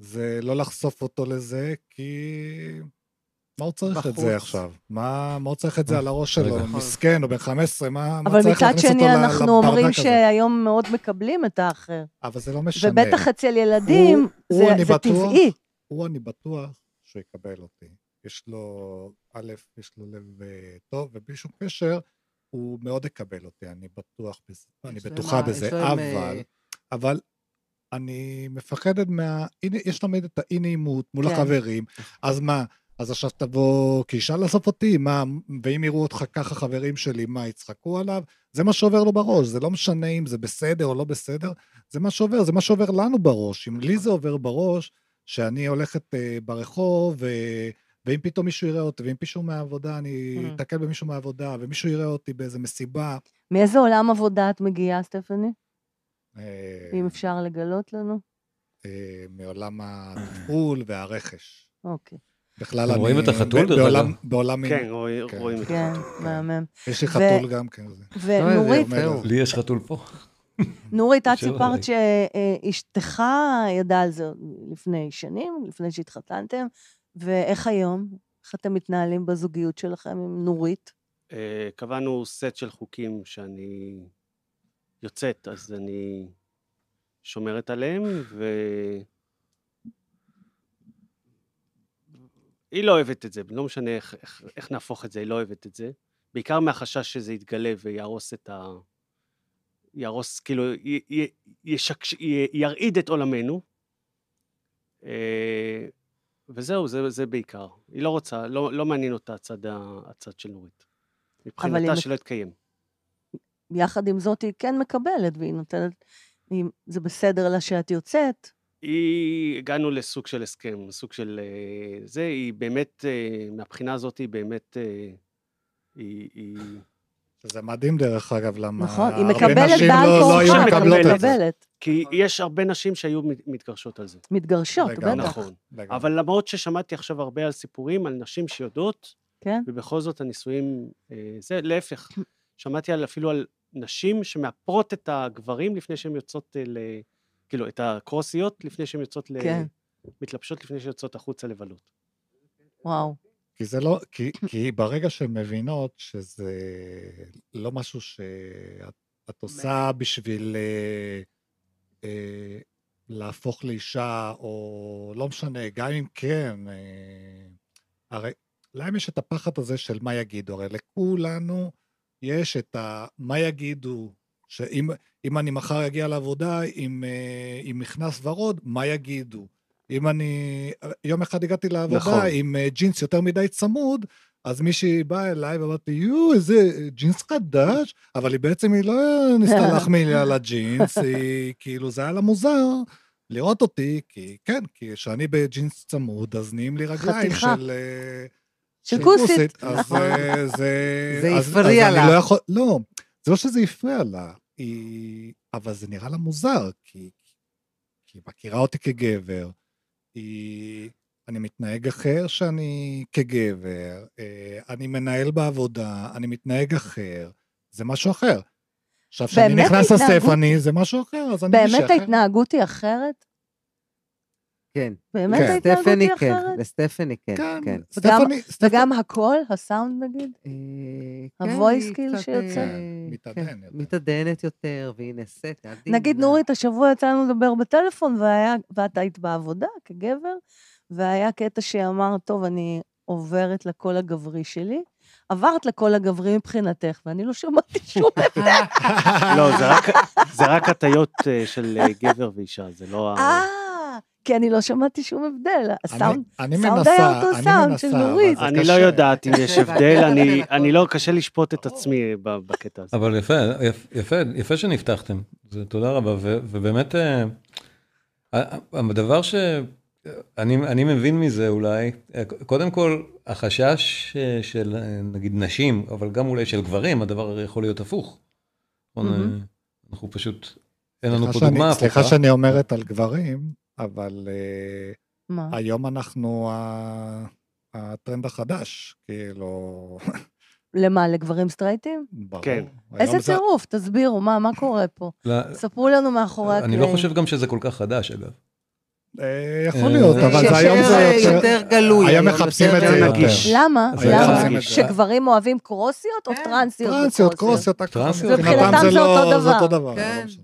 זה לא לחשוף אותו לזה, כי... מה הוא צריך את
בחוץ.
זה עכשיו? מה, מה הוא צריך את זה על הראש שלו?
רגע.
מסכן, הוא בן 15, מה, מה
אבל
צריך
מצד
להכניס אותו
שני,
ל-
אנחנו
לברדק
אומרים
הזה?
שהיום מאוד מקבלים את האחר.
אבל זה לא משנה.
ובטח אצל ילדים,
הוא,
זה
אני
זה
בטוח.
טבעי.
הוא, אני בטוח שהוא יקבל אותי. יש לו, א', יש לו לב אה, טוב, ובלי שום קשר, הוא מאוד יקבל אותי, אני בטוח בזה, לא, אני
יש להם
בטוחה
ה-
בזה,
יש להם, אה,
אבל, אבל אני מפחדת מה... הנה, יש תמיד את האי-נעימות מול
כן.
החברים, אז מה? אז עכשיו תבוא כאישה לאסוף אותי, מה, ואם יראו אותך ככה חברים שלי, מה, יצחקו עליו? זה מה שעובר לו בראש, זה לא משנה אם זה בסדר או לא בסדר, זה מה שעובר, זה מה שעובר לנו בראש. אם לי זה עובר בראש, שאני הולכת אה, ברחוב, ו... ואם פתאום מישהו יראה אותי, ואם מישהו מהעבודה, אני
Mm.
אתקל במישהו מהעבודה, ומישהו יראה אותי באיזה מסיבה,
מאיזה עולם עבודה את מגיעה, סטפני?
אה,
אם אפשר לגלות לנו.
אה, מעולם התפעול והרכש.
אוקיי.
בכלל
אתם
אני...
רואים את החתול, דרך
בעולם-
אגב?
בעולם... מין.
כן, רואי-
כן.
רואים את
כן,
זה.
מהמם.
יש לי חתול גם כן. זה.
אה,
ונורית,
אומר את זה.
לי יש חתול פה.
נורית, את
יושב עליי.
סיפרת שאשתך ידעה על זה עוד לפני שנים, לפני שהתחתנתם, ואיך היום? איך אתם מתנהלים בזוגיות שלכם עם נורית?
אה, קבענו סט של חוקים שאני יוצאת, אז אני שומרת עליהם, ו... היא לא אוהבת את זה, לא משנה איך, איך, איך נהפוך את זה, היא לא אוהבת את זה. בעיקר מהחשש שזה יתגלה ויהרוס את ה... יהרוס, כאילו, י, י, ישקש, י, ירעיד את עולמנו. אה, וזהו, זה, זה בעיקר. היא לא רוצה, לא, לא מעניין אותה הצד, ה- הצד של נורית. מבחינתה
מק-
שלא יתקיים.
יחד עם זאת, היא כן מקבלת, והיא נותנת... היא, זה בסדר לה שאת יוצאת,
היא, הגענו לסוג של הסכם, סוג של אה, זה, היא באמת, אה, מהבחינה הזאת היא באמת, אה, היא, היא,
זה מדהים דרך אגב, למה...
נכון? היא
הרבה
מקבלת
נשים
בעל
לא- לא היו
כורחה,
מקבלות
אבל
את זה.
מקבלת.
כי יש הרבה נשים שהיו מת- מתגרשות על זה.
מתגרשות,
לגמרי.
בטח.
נכון.
לגמרי.
אבל למרות ששמעתי עכשיו הרבה על סיפורים, על נשים שיודעות,
כן.
ובכל זאת הנישואים, אה, זה להפך. שמעתי על, אפילו על נשים שמאפרות את הגברים לפני שהן יוצאות אה, ל... כאילו, את הקרוסיות לפני שהן יוצאות ל...
כן.
מתלבשות לפני שהן יוצאות החוצה לבלות.
וואו.
כי זה לא, כי, כי ברגע שהן מבינות שזה לא משהו שאת את עושה בשביל אה, אה, להפוך לאישה, או לא משנה, גם אם כן, אה, הרי להם יש את הפחד הזה של מה יגידו, הרי לכולנו יש את ה... מה יגידו, שאם אם אני מחר אגיע לעבודה עם, אה, עם מכנס ורוד, מה יגידו? אם אני... יום אחד הגעתי לעבודה
נכון.
נכון. עם אה, ג'ינס יותר מדי צמוד, אז מישהי באה אליי ואמרתי, יואו, איזה אה, ג'ינס חדש, אבל היא בעצם, היא לא ניסתה להחמיא לי על הג'ינס, היא כאילו, זה היה לה מוזר לראות אותי, כי כן, כי כשאני בג'ינס צמוד, אז נהיים לי רגליים
חתיכה.
של... אה,
של כוסית. נכון.
אז אה, זה...
זה
אז-
הפריע
אז אני
לה.
לא יכול- לא, זה לא שזה הפריע לה, היא... אבל זה נראה לה מוזר, כי כי היא מכירה אותי כגבר, היא... אני מתנהג אחר שאני כגבר, אה, אני מנהל בעבודה, אני מתנהג אחר, זה משהו אחר. עכשיו, כשאני
באמת
נכנס
ההתנהגות-
לסטפני, זה משהו אחר, אז אני מישהי
באמת
אחר.
ההתנהגות היא אחרת?
כן.
באמת
כן.
ההתנהגות
סטפני
היא
כן,
אחרת?
לסטפני כן, כן.
סטפני, סטפני,
וגם הקול, הסאונד נגיד?
אה, כן,
ה-voice כאילו skill
היא קצת,
שיוצא.
אה,
מתעדן
כן,
יותר.
מתעדנת יותר, והיא נעשית עדין.
נגיד, נורית, השבוע יצא לנו לדבר בטלפון, והיה, ואת היית בעבודה כגבר, והיה קטע שאמר, טוב, אני עוברת לקול הגברי שלי. עברת לקול הגברי מבחינתך, ואני לא שמעתי שום הבדל.
לא, זה רק, זה רק הטיות אה, של אה, גבר ואישה, זה לא ה...
אה, כי אני לא שמעתי שום הבדל. הסאונד,
אני, אני
הסאונד
מנסה,
היה אותו
אני
סאונד
מנסה,
של
אבל
נורית.
זה
אני
קשה.
לא יודעת אם יש
קשה
הבדל,
להגיד
אני,
הכל.
אני לא, קשה לשפוט את עצמי אה, ב- בקטע הזה.
אבל יפה, יפ- יפה, יפה שנפתחתם, זה, תודה רבה, ו, ובאמת, אה, ה- ה- הדבר שאני אני מבין מזה אולי, אה, ק- קודם כל, החשש אה, של אה, נגיד נשים, אבל גם אולי של גברים, הדבר הרי יכול להיות הפוך. נכון?
מהמם.
אה, אנחנו פשוט, אין לנו פה
סליחה שאני-
דוגמה הפוכה.
סליחה שאני אומרת על גברים, אבל אה,
מה?
היום אנחנו ה- הטרנד החדש, כאילו,
למה, לגברים סטרייטים?
ברור.
כן.
היום
איזה
זה-
טירוף, תסבירו, מה, מה קורה פה?
לא,
ספרו לנו מאחורי הקלעים.
אני לא חושב גם שזה כל כך חדש, אגב.
אה,
אה,
יכול להיות, אבל
שיותר,
זה היום זה
יותר, יותר גלוי.
היום
היום
מחפשים
יותר
את זה יותר.
נגיש.
למה?
אז
היום
למה?
עושים את זה.
שגברים אוהבים קרוסיות או
כן,
טרנסיות?
טרנסיות,
בקרוסיות?
קרוסיות, הכל-
טרנסיות.
מבחינתם
מבחינתם זה
לא-
אותו
זה אותו
דבר.
דבר.
כן.
לא משנה.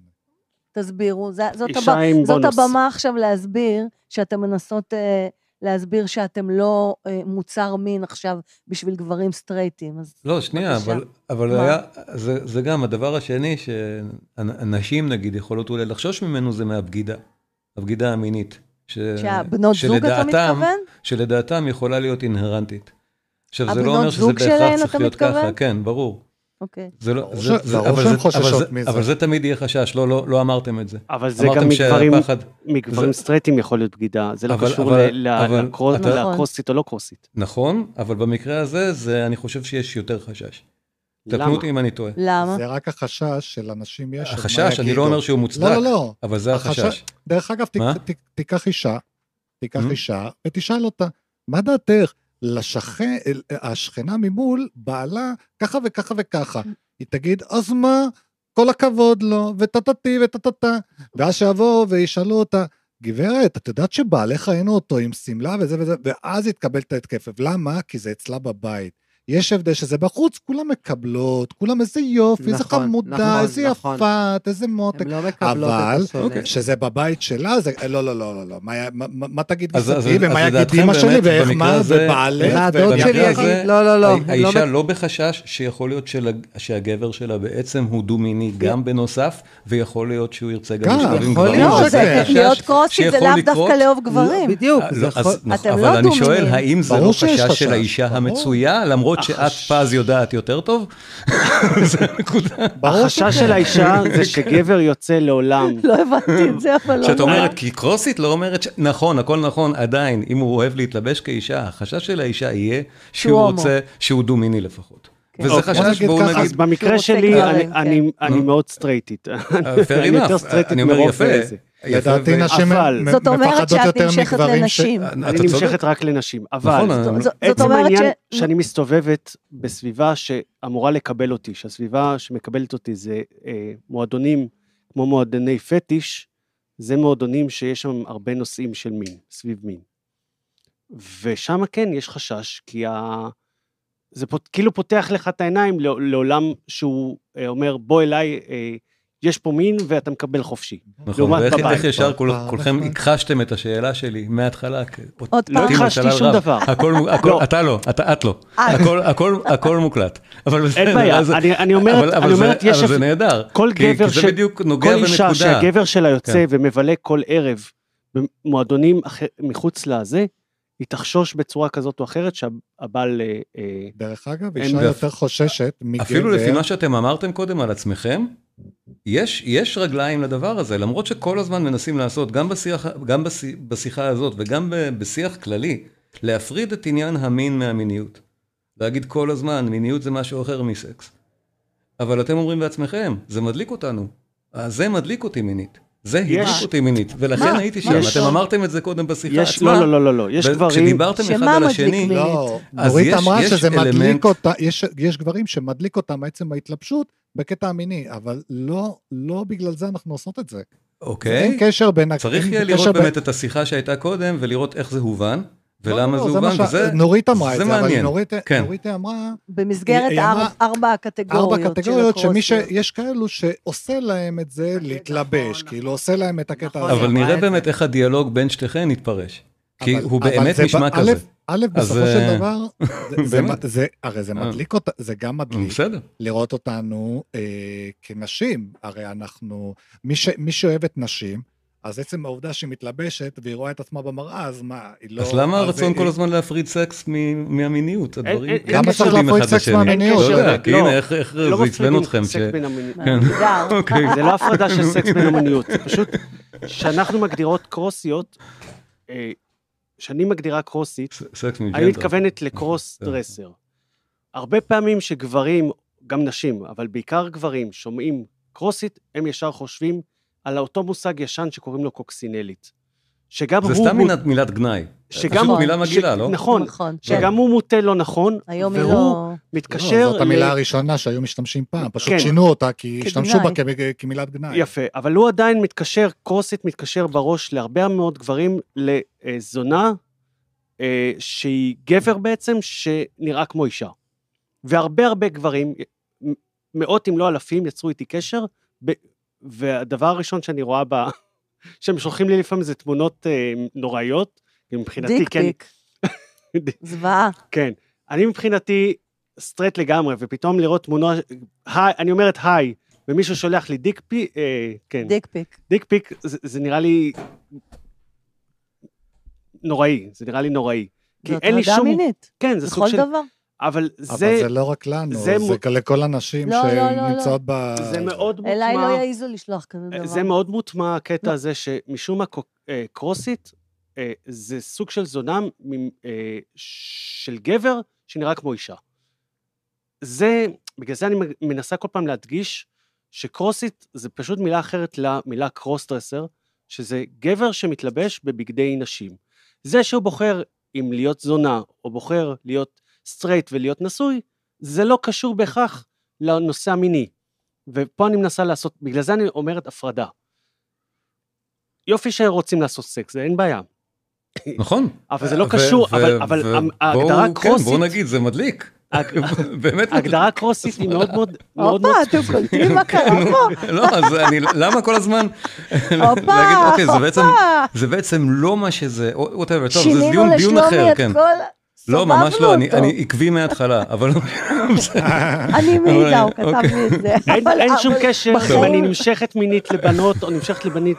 תסבירו, זה- זאת
אישה
הבמה-
עם
זאת
בונוס.
הבמה עכשיו להסביר, שאתם מנסות אה, להסביר שאתם לא אה, מוצר מין עכשיו בשביל גברים סטרייטים. אז
לא, שנייה,
בבקשה.
אבל, אבל
מה?
היה, זה, זה גם הדבר השני שנשים נגיד יכולות אולי לחשוש ממנו זה מהבגידה, הבגידה המינית. ש...
שהבנות זוג, אתה
שלדעתם-
מתכוון?
שלדעתם יכולה להיות אינהרנטית. עכשיו, זה
הבנות
לא אומר שזה
זוג שלהן,
בהכרח צריך
אתה
להיות ככה,
מתכוון?
כן, ברור.
אוקיי.
זה לא,
ברור
זה,
ש-
זה,
ברור
אבל
שהן
זה-
חוששות
אבל
מזה.
אבל זה תמיד יהיה חשש, לא, לא, לא אמרתם את זה.
אבל זה גם
אמרתם
מגברים,
שהפחד,
מגברים
זה-
סטרייטים יכול להיות בגידה, זה לא
אבל-
קשור
אבל-
ל-
אבל-
ל- לקרוס-
אתה-
נכון.
לקרוסית או לא קרוסית.
נכון, אבל במקרה הזה, זה, אני חושב שיש יותר חשש.
למה?
תקנו אותי אם אני טועה.
למה?
זה רק החשש של אנשים יש, של מה
החשש, אני לא
יגידו.
אומר שהוא מוצדק,
לא, לא, לא.
אבל זה
החשש-
החשש.
דרך אגב, תיק-
מה?
תיק- תיקח אישה, תיקח
Mm.
אישה ותשאל אותה, מה דעתך? לשכן, השכנה ממול, בעלה, ככה וככה וככה. היא תגיד, אז מה? כל הכבוד לו, וטטטי וטטטה. ואז שיבואו וישאלו אותה, גברת, את יודעת שבעלך ראינו אותו עם שמלה וזה וזה, ואז היא תקבל את ההתקף. למה? כי זה אצלה בבית. יש הבדל שזה בחוץ, כולם מקבלות, כולם איזה יופי, איזה
נכון,
חמודה,
נכון,
איזה
נכון.
יפה, איזה מותק.
הן לא מקבלות
אבל, אוקיי.
את השונה.
שזה בבית שלה, זה, לא, לא, לא, לא, לא, מה, מה, מה מה תגיד
אז- אז-
גברתי, ומה
אז
יגיד
לדעתכם
אימא שלי,
באמת
ואיך
במקרה
מה,
הזה-
ובעלך,
מה הדוד
ובעלך.
במקרה
שלי יגיד?
הזה,
לא, לא, לא,
הא-
הם לא
האישה
מק-
לא בחשש שיכול להיות של- שהגבר שלה בעצם הוא דו-מיני גם בנוסף, ויכול להיות שהוא ירצה גם
גם.
לשכב עם
יכול
גברים.
להיות.
שזה
לא, זה
החשש
להיות קרוסית זה
שיכול
לאו
לקרות.
דווקא לאהוב גברים.
בדיוק,
אה,
זה
לא,
יכול...
אז נכון,
אתם
אבל
לא
אני שואל,
דו-מיניים.
האם זה
ברור
לא חשש
שיש
של
חשש,
האישה
ברור.
המצויה, למרות שאת פז יודעת יותר טוב? זה הנקודה.
ברור
החשש של האישה זה שגבר יוצא לעולם.
לא הבנתי את זה, אבל לא...
שאת
נורא.
אומרת כי קרוסית לא אומרת ש... נכון, הכל נכון, עדיין, אם הוא אוהב להתלבש כאישה, החשש של האישה יהיה שהוא
הומו.
רוצה, שהוא דו-מיני לפחות.
כן.
וזה
אוקיי.
בוא
חשש,
נגיד
בואו
ככה,
נגיד,
אז במקרה
שהוא
שלי,
רוצה
אני-
גברים,
אני- אני
נו.
מאוד סטרייטית.
אה, fair
אני יותר
enough,
סטרייטית
אני אומר
מרוב
יפה.
איזה.
יפה,
לדעתי
ו- אה,
נשים
אבל-
מ-
זאת אומרת
מפחדות
שאת
יותר
נמשכת
מגברים ש-
לנשים.
אתה
אני
צודק.
נמשכת רק לנשים, אבל
נכון, אני-
זאת- זאת
עצם
אומרת ש...
העניין שאני מסתובבת בסביבה שאמורה לקבל אותי, שהסביבה שמקבלת אותי זה אה, מועדונים כמו מועדוני פטיש, זה מועדונים שיש שם הרבה נושאים של מין, סביב מין. ושם כן יש חשש, כי ה... זה פות... כאילו פותח לך את העיניים לא- לעולם שהוא אה, אומר, בוא אליי, אה, יש פה מין ואתה מקבל חופשי.
נכון,
לעומת
ואיך
בבית.
איך ישר כול-
פעם
כולכם
אחת.
הכחשתם את השאלה שלי מההתחלה? כ-
עוד
אותי
פעם. לא
הכחשתי
משלל
שום
רב.
דבר.
הכל- הכל-
לא.
אתה לא, אתה- את לא.
אה.
הכל- הכל- הכל מוקלט. אבל בסדר,
אין בעיה,
אז-
אני, אני אומרת,
אבל- אבל
אני
זה-
אומרת, יש...
אבל זה
אפ-
נהדר.
כל
כי-
גבר
כי
ש-
זה בדיוק נוגע
כל
בנקודה.
אישה שהגבר שלה יוצא
כן.
ומבלה כל ערב במועדונים אחר, מחוץ לזה, היא תחשוש בצורה כזאת או אחרת שהבעל... אה, אה,
דרך אגב,
אין
אישה
ואפ-
יותר חוששת מגבר.
אפילו לפי מה שאתם אמרתם קודם על עצמכם, יש, יש רגליים לדבר הזה, למרות שכל הזמן מנסים לעשות, גם, בשיח, גם בשי- בשיחה הזאת וגם ב, בשיח כללי, להפריד את עניין המין מהמיניות. להגיד כל הזמן, מיניות זה משהו אחר מסקס. אבל אתם אומרים בעצמכם, זה מדליק אותנו. אה, זה מדליק אותי מינית. זה
יש-
הדליק אותי מינית, ולכן
מה?
הייתי
מה
שם,
יש-
אתם אמרתם את זה קודם בשיחה
יש,
עצמה.
לא, לא, לא, לא, לא, יש גברים...
כשדיברתם אחד
שמה
על
מדליק
השני,
מינית?
לא,
אז
נורית
יש-
אמרה
יש
שזה
אלמנט-
מדליק אותה, יש- יש גברים שמדליק אותם עצם ההתלבשות בקטע המיני, אבל לא, לא בגלל זה אנחנו עושות את זה.
אוקיי?
אין קשר בין... ה-
צריך
אה, אין
יהיה
קשר
לראות
בין-
באמת את השיחה שהייתה קודם, ולראות איך זה הובן, ולמה
לא,
זה
לא, מה
הובן,
שה-
וזה...
נורית אמרה את
זה
זה, אבל
מעניין.
נורית
כן.
נורית אמרה
במסגרת
היא אמרה-
ארבע- ארבע הקטגוריות של
ארבע קטגוריות, שמי ש...
הקרוסיות.
יש כאלו שעושה להם את זה להתלבש,
נכון,
כאילו עושה להם את הקטע
נכון,
הזה.
אבל
אני רואה
נראה
את זה.
באמת איך הדיאלוג בין שתיכן יתפרש. כי
אבל-
הוא
אבל
באמת
זה ב-
נשמע
א',
כזה.
א',
אז,
בסופו
אה,
של דבר, זה- זה-
באמת?
זה- הרי זה
אה.
מדליק אותה, זה גם מדליק.
בסדר.
לראות אותנו אה, כנשים. הרי אנחנו, מי, ש, מי שאוהבת נשים, אז עצם העובדה שהיא מתלבשת והיא רואה את עצמה במראה, אז מה, היא לא...
אז למה
אז
הרצון
היא-
כל הזמן להפריד סקס מ- מהמיניות? הדברים...
אין- אין
גם
קשר
מפרידים
להפריד
אחד
סקס
לשני.
מהמיניות,
לא יודע,
לא.
כי הנה, איך איך
לא
זה עצבן
מפרידים
אתכם. ש-
סקס בין המינים.
מהמגדר.
אוקיי.
זה לא הפרדה של סקס בין אמנויות, זה פשוט שאנחנו מגדירות קרוסיות, אה, שאני מגדירה קרוסית,
ס- סקס מג'נדר.
אני מתכוונת לקרוס
כן,
דרסר. הרבה פעמים שגברים, גם נשים, אבל בעיקר גברים, שומעים קרוסית, הם ישר חושבים על אותו מושג ישן שקוראים לו קוקסינלית. שגם הוא...
זה סתם
מוט-
מילת- מילת גנאי.
שגם-
פשוט מילה
ש-
מגעילה, לא?
נכון.
נכון.
שגם הוא מוטה לא נכון,
היום היא
והוא
לא...
לא,
מתקשר...
זאת המילה הראשונה שהיו משתמשים פעם, פשוט
כן.
שינו אותה, כי
כגנאי.
השתמשו בה כ- כמילת גנאי.
יפה, אבל הוא עדיין מתקשר, קרוסית מתקשר בראש להרבה מאוד גברים, לזונה אה, שהיא גבר בעצם, שנראה כמו אישה. והרבה הרבה גברים, מ- מאות אם לא אלפים, יצרו איתי קשר, ב- והדבר הראשון שאני רואה ב... שהם שולחים לי לפעמים זה תמונות אה, נוראיות, מבחינתי
דיק
כן,
פיק. זוועה.
כן. אני מבחינתי סטרייט לגמרי, ופתאום לראות תמונה, היי, אני אומרת היי, ומישהו שולח לי דיק פי, אה, כן.
דיק פיק.
דיק פיק זה, זה נראה לי נוראי, זה נראה לי נוראי. כי
זאת
אין לי
הטרדה
שום...
מינית.
כן, זה סוג
בכל
של...
דבר.
אבל
אבל
זה,
זה, זה לא רק לנו, זה,
זה מו-
לכל הנשים
לא, לא, לא, לא.
שנמצאות ב...
זה מאוד מוטמע.
אליי לא יעזו לשלוח כזה דבר.
אה, זה מאוד מוטמע הקטע הזה שמשום מה קו- אה, קרוסית אה, זה סוג של זונה מ- אה, של גבר שנראה כמו אישה. זה, בגלל זה אני מג- מנסה כל פעם להדגיש שקרוסית זה פשוט מילה אחרת למילה קרוסטרסר, שזה גבר שמתלבש בבגדי נשים. זה שהוא בוחר אם להיות זונה, או בוחר להיות סטרייט ולהיות נשוי, זה לא קשור בהכרח לנושא המיני. ופה אני מנסה לעשות, בגלל זה אני אומרת הפרדה. יופי שרוצים לעשות סקס, זה אין בעיה.
נכון.
אבל זה לא קשור, אבל- אבל המ- ההגדרה
כן, בואו
הקרוסית-
נגיד, זה מדליק.
הג-
באמת.
ההגדרה הקרוסית היא מאוד מאוד מאוד
הופה,
מאוד
אתם קולטים מה קרה
מדליק.
פה?
לא, אז אני, למה כל הזמן? להגיד,
הופה,
אוקיי, זה בעצם,
הופה.
זה בעצם לא מה שזה, או whatever, טוב, זה
שינינו
דיון, דיון אחר,
לשלומי את
כן.
כל...
לא, ממש
סובבנו
לא, אני,
אותו.
אני עקבי מההתחלה, אבל... לא-
אני מעידה, הוא
אוקיי.
כתב לי את זה.
אין,
אבל-
אין שום
אבל-
קשר
בחיים- לא
אם אני נמשכת מינית לבנות או נמשכת לבנית,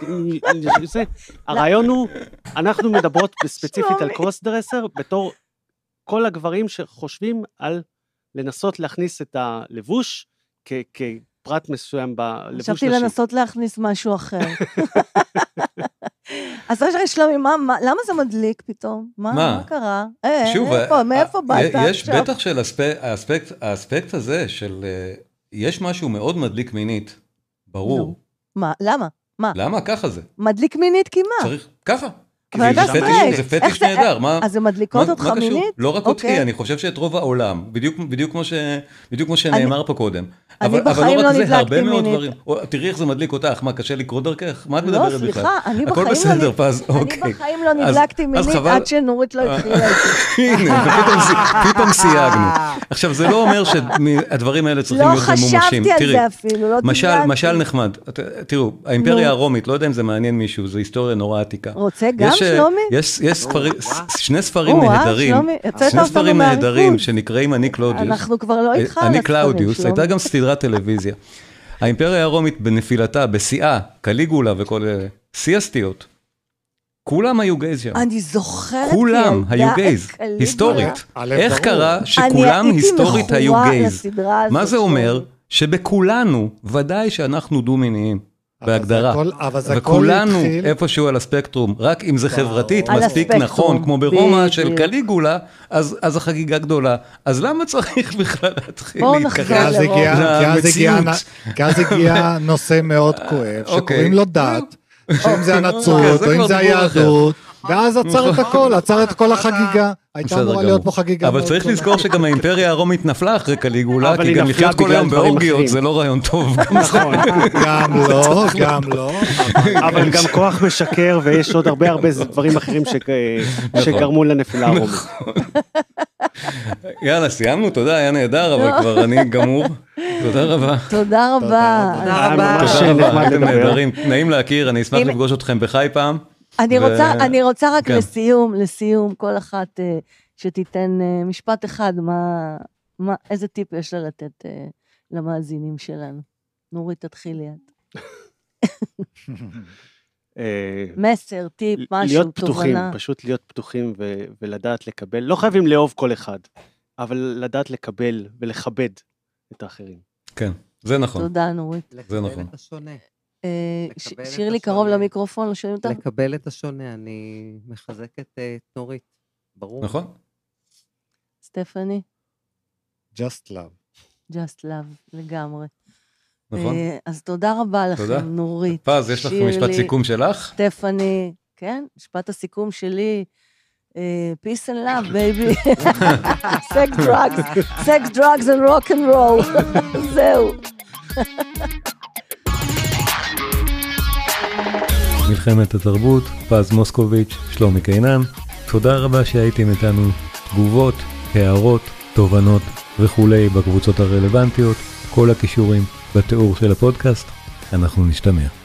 זה- הרעיון הוא, אנחנו מדברות ספציפית על
שלומי.
קרוס דרסר בתור כל הגברים שחושבים על לנסות להכניס את הלבוש כ- כפרט מסוים בלבוש
חשבתי
נשי.
לנסות להכניס משהו אחר. אז רגע, שלומי, מה- מה- למה זה מדליק פתאום? מה
מה?
מה קרה? אה,
שוב,
איפה-
ה-
מאיפה
ה-
באת
יש
עכשיו?
בטח של אספ- האספקט, האספקט הזה של... אה, יש משהו מאוד מדליק מינית,
נו.
ברור.
מה, למה?
למה? ככה זה.
מדליק מינית כי מה?
צריך, ככה.
אבל
כי
אתה
זה פטיש-
סטרייט.
זה
איך
פטיש
זה-
נהדר, מה...
אז זה מדליקות
מה-
אותך
מה קשור?
מינית?
לא רק
אוקיי.
אותי, אני חושב שאת רוב העולם, בדיוק, בדיוק, כמו, ש, בדיוק כמו שנאמר פה קודם.
אני
אבל, אבל
בחיים
לא
לא
רק זה, הרבה
נדלקתי
מאוד
מינית.
דברים. או, תראי איך זה מדליק אותך, מה, קשה לקרוא דרכך? מה את מדברת
לא,
בכלל?
סליחה, אני
הכל
בחיים לא
בסדר,
נ-
פז,
אני
אוקיי.
בחיים לא
אז-
נדלקתי
אז
מינית
חבל-
עד שנורית לא התחילה איתי.
הנה, ופתאום סי- פתאום סייגנו. עכשיו, זה לא אומר שהדברים האלה צריכים
לא
להיות ממומשים.
חשבתי על
תראי,
זה אפילו, לא
משל,
דמיינתי.
משל נחמד, ת- תראו, האימפריה
נו.
הרומית, לא יודע אם זה מעניין מישהו, זו היסטוריה נורא עתיקה.
רוצה גם,
יש, אה,
שלומי?
יש, יש ספרים, ס- שני ספרים
או, אה,
נהדרים,
שלומי, הוצאת
שני
אותנו
ספרים
מהריכוז.
נהדרים שנקראים אני קלודיוס.
אנחנו כבר לא איתך על
אה, אני
הספרים,
קלאודיוס,
שלומי.
הייתה גם סדרת טלוויזיה. האימפריה הרומית בנפילתה, בשיאה, קליגולה וכל אלה, שיא הסטיות. כולם היו גייז שם.
אני זוכרת
כולם
כילדה
היו
את
גייז,
קליגולה.
היסטורית.
הלב
איך
ברור.
קרה שכולם
אני הייתי
היסטורית היו
מכורה
גייז?
לסדרה הזאת,
מה זה אומר?
שלומי.
שבכולנו, ודאי שאנחנו דו-מיניים,
אבל זה
בהגדרה.
הכל- אבל זה הכל
וכולנו
התחיל-
איפשהו על הספקטרום, רק אם זה חברתית,
על
מספיק
הספקטרום,
נכון, כמו ברומא של
בדיוק.
קליגולה, אז אז החגיגה גדולה. אז למה צריך בכלל להתחיל
בואו
כי
נחזור
להתקרב
אז הגיע- כי אז הגיע-
למציאות?
כי אז הגיע נושא מאוד כואב,
אוקיי.
שקוראים לו דת, שאם זה
אוקיי,
הנצרות,
זה
או
כבר
אם זה
דיבור
היהדות, ואז עצר
נכון.
את הכל, עצר את כל החגיגה. הייתה
בסדר
אמורה
גמור.
להיות פה חגיגה.
אבל
מאוד
צריך
גדולה.
לזכור שגם האימפריה הרומית נפלה אחרי קליגולה,
אבל
כי
היא
גם
נפלה
לחיות כל
בגלל
היום
דברים
באורגיות
אחרים.
זה לא רעיון טוב.
נכון,
גם לא, גם לא.
אבל גם כוח משקר ויש עוד הרבה הרבה דברים אחרים שג-
נכון.
שגרמו לנפילה הרומית.
יאללה, סיימנו, תודה, היה נהדר,
לא.
אבל כבר אני גמור. תודה רבה.
תודה רבה.
תודה
היה
רבה.
ממש
תודה רבה,
נחמד
אתם
לדבר.
נהדרים, נעים להכיר, אני אשמח
אם-
לפגוש אתכם בחי פעם.
אני
ו-
רוצה, אני רוצה רק
כן.
לסיום, לסיום, כל אחת אה, שתיתן אה, משפט אחד, מה, מה, איזה טיפ יש לה לתת אה, למאזינים שלנו. נורית, תתחילי את.
אה,
מסר, טיפ, משהו,
להיות פתוחים,
תובנה.
פשוט להיות פתוחים ו- ולדעת לקבל, לא חייבים לאהוב כל אחד, אבל לדעת לקבל ולכבד את האחרים.
כן, זה נכון.
תודה, נורית.
זה
לקבל
נכון.
את השונה.
אה, ש-
לקבל את
שירלי קרוב
השונה.
למיקרופון, לא שומעים אותך?
לקבל את השונה, אני מחזקת אה, את נורית, ברור.
נכון?
סטפני,
Just love.
just love, לגמרי.
נכון?
אה, אז תודה רבה לכם,
תודה.
נורית.
פז, יש לך
שירלי,
משפט סיכום שלך?
סטפני, כן, משפט הסיכום שלי, אה, peace and love, baby. sex, drugs, sex, drugs and rock and roll. זהו.
מלחמת התרבות, פז מוסקוביץ', שלומי קינן. תודה רבה שהייתם איתנו. תגובות, הערות, תובנות וכולי בקבוצות הרלוונטיות. כל הכישורים בתיאור של הפודקאסט. אנחנו נשתמע.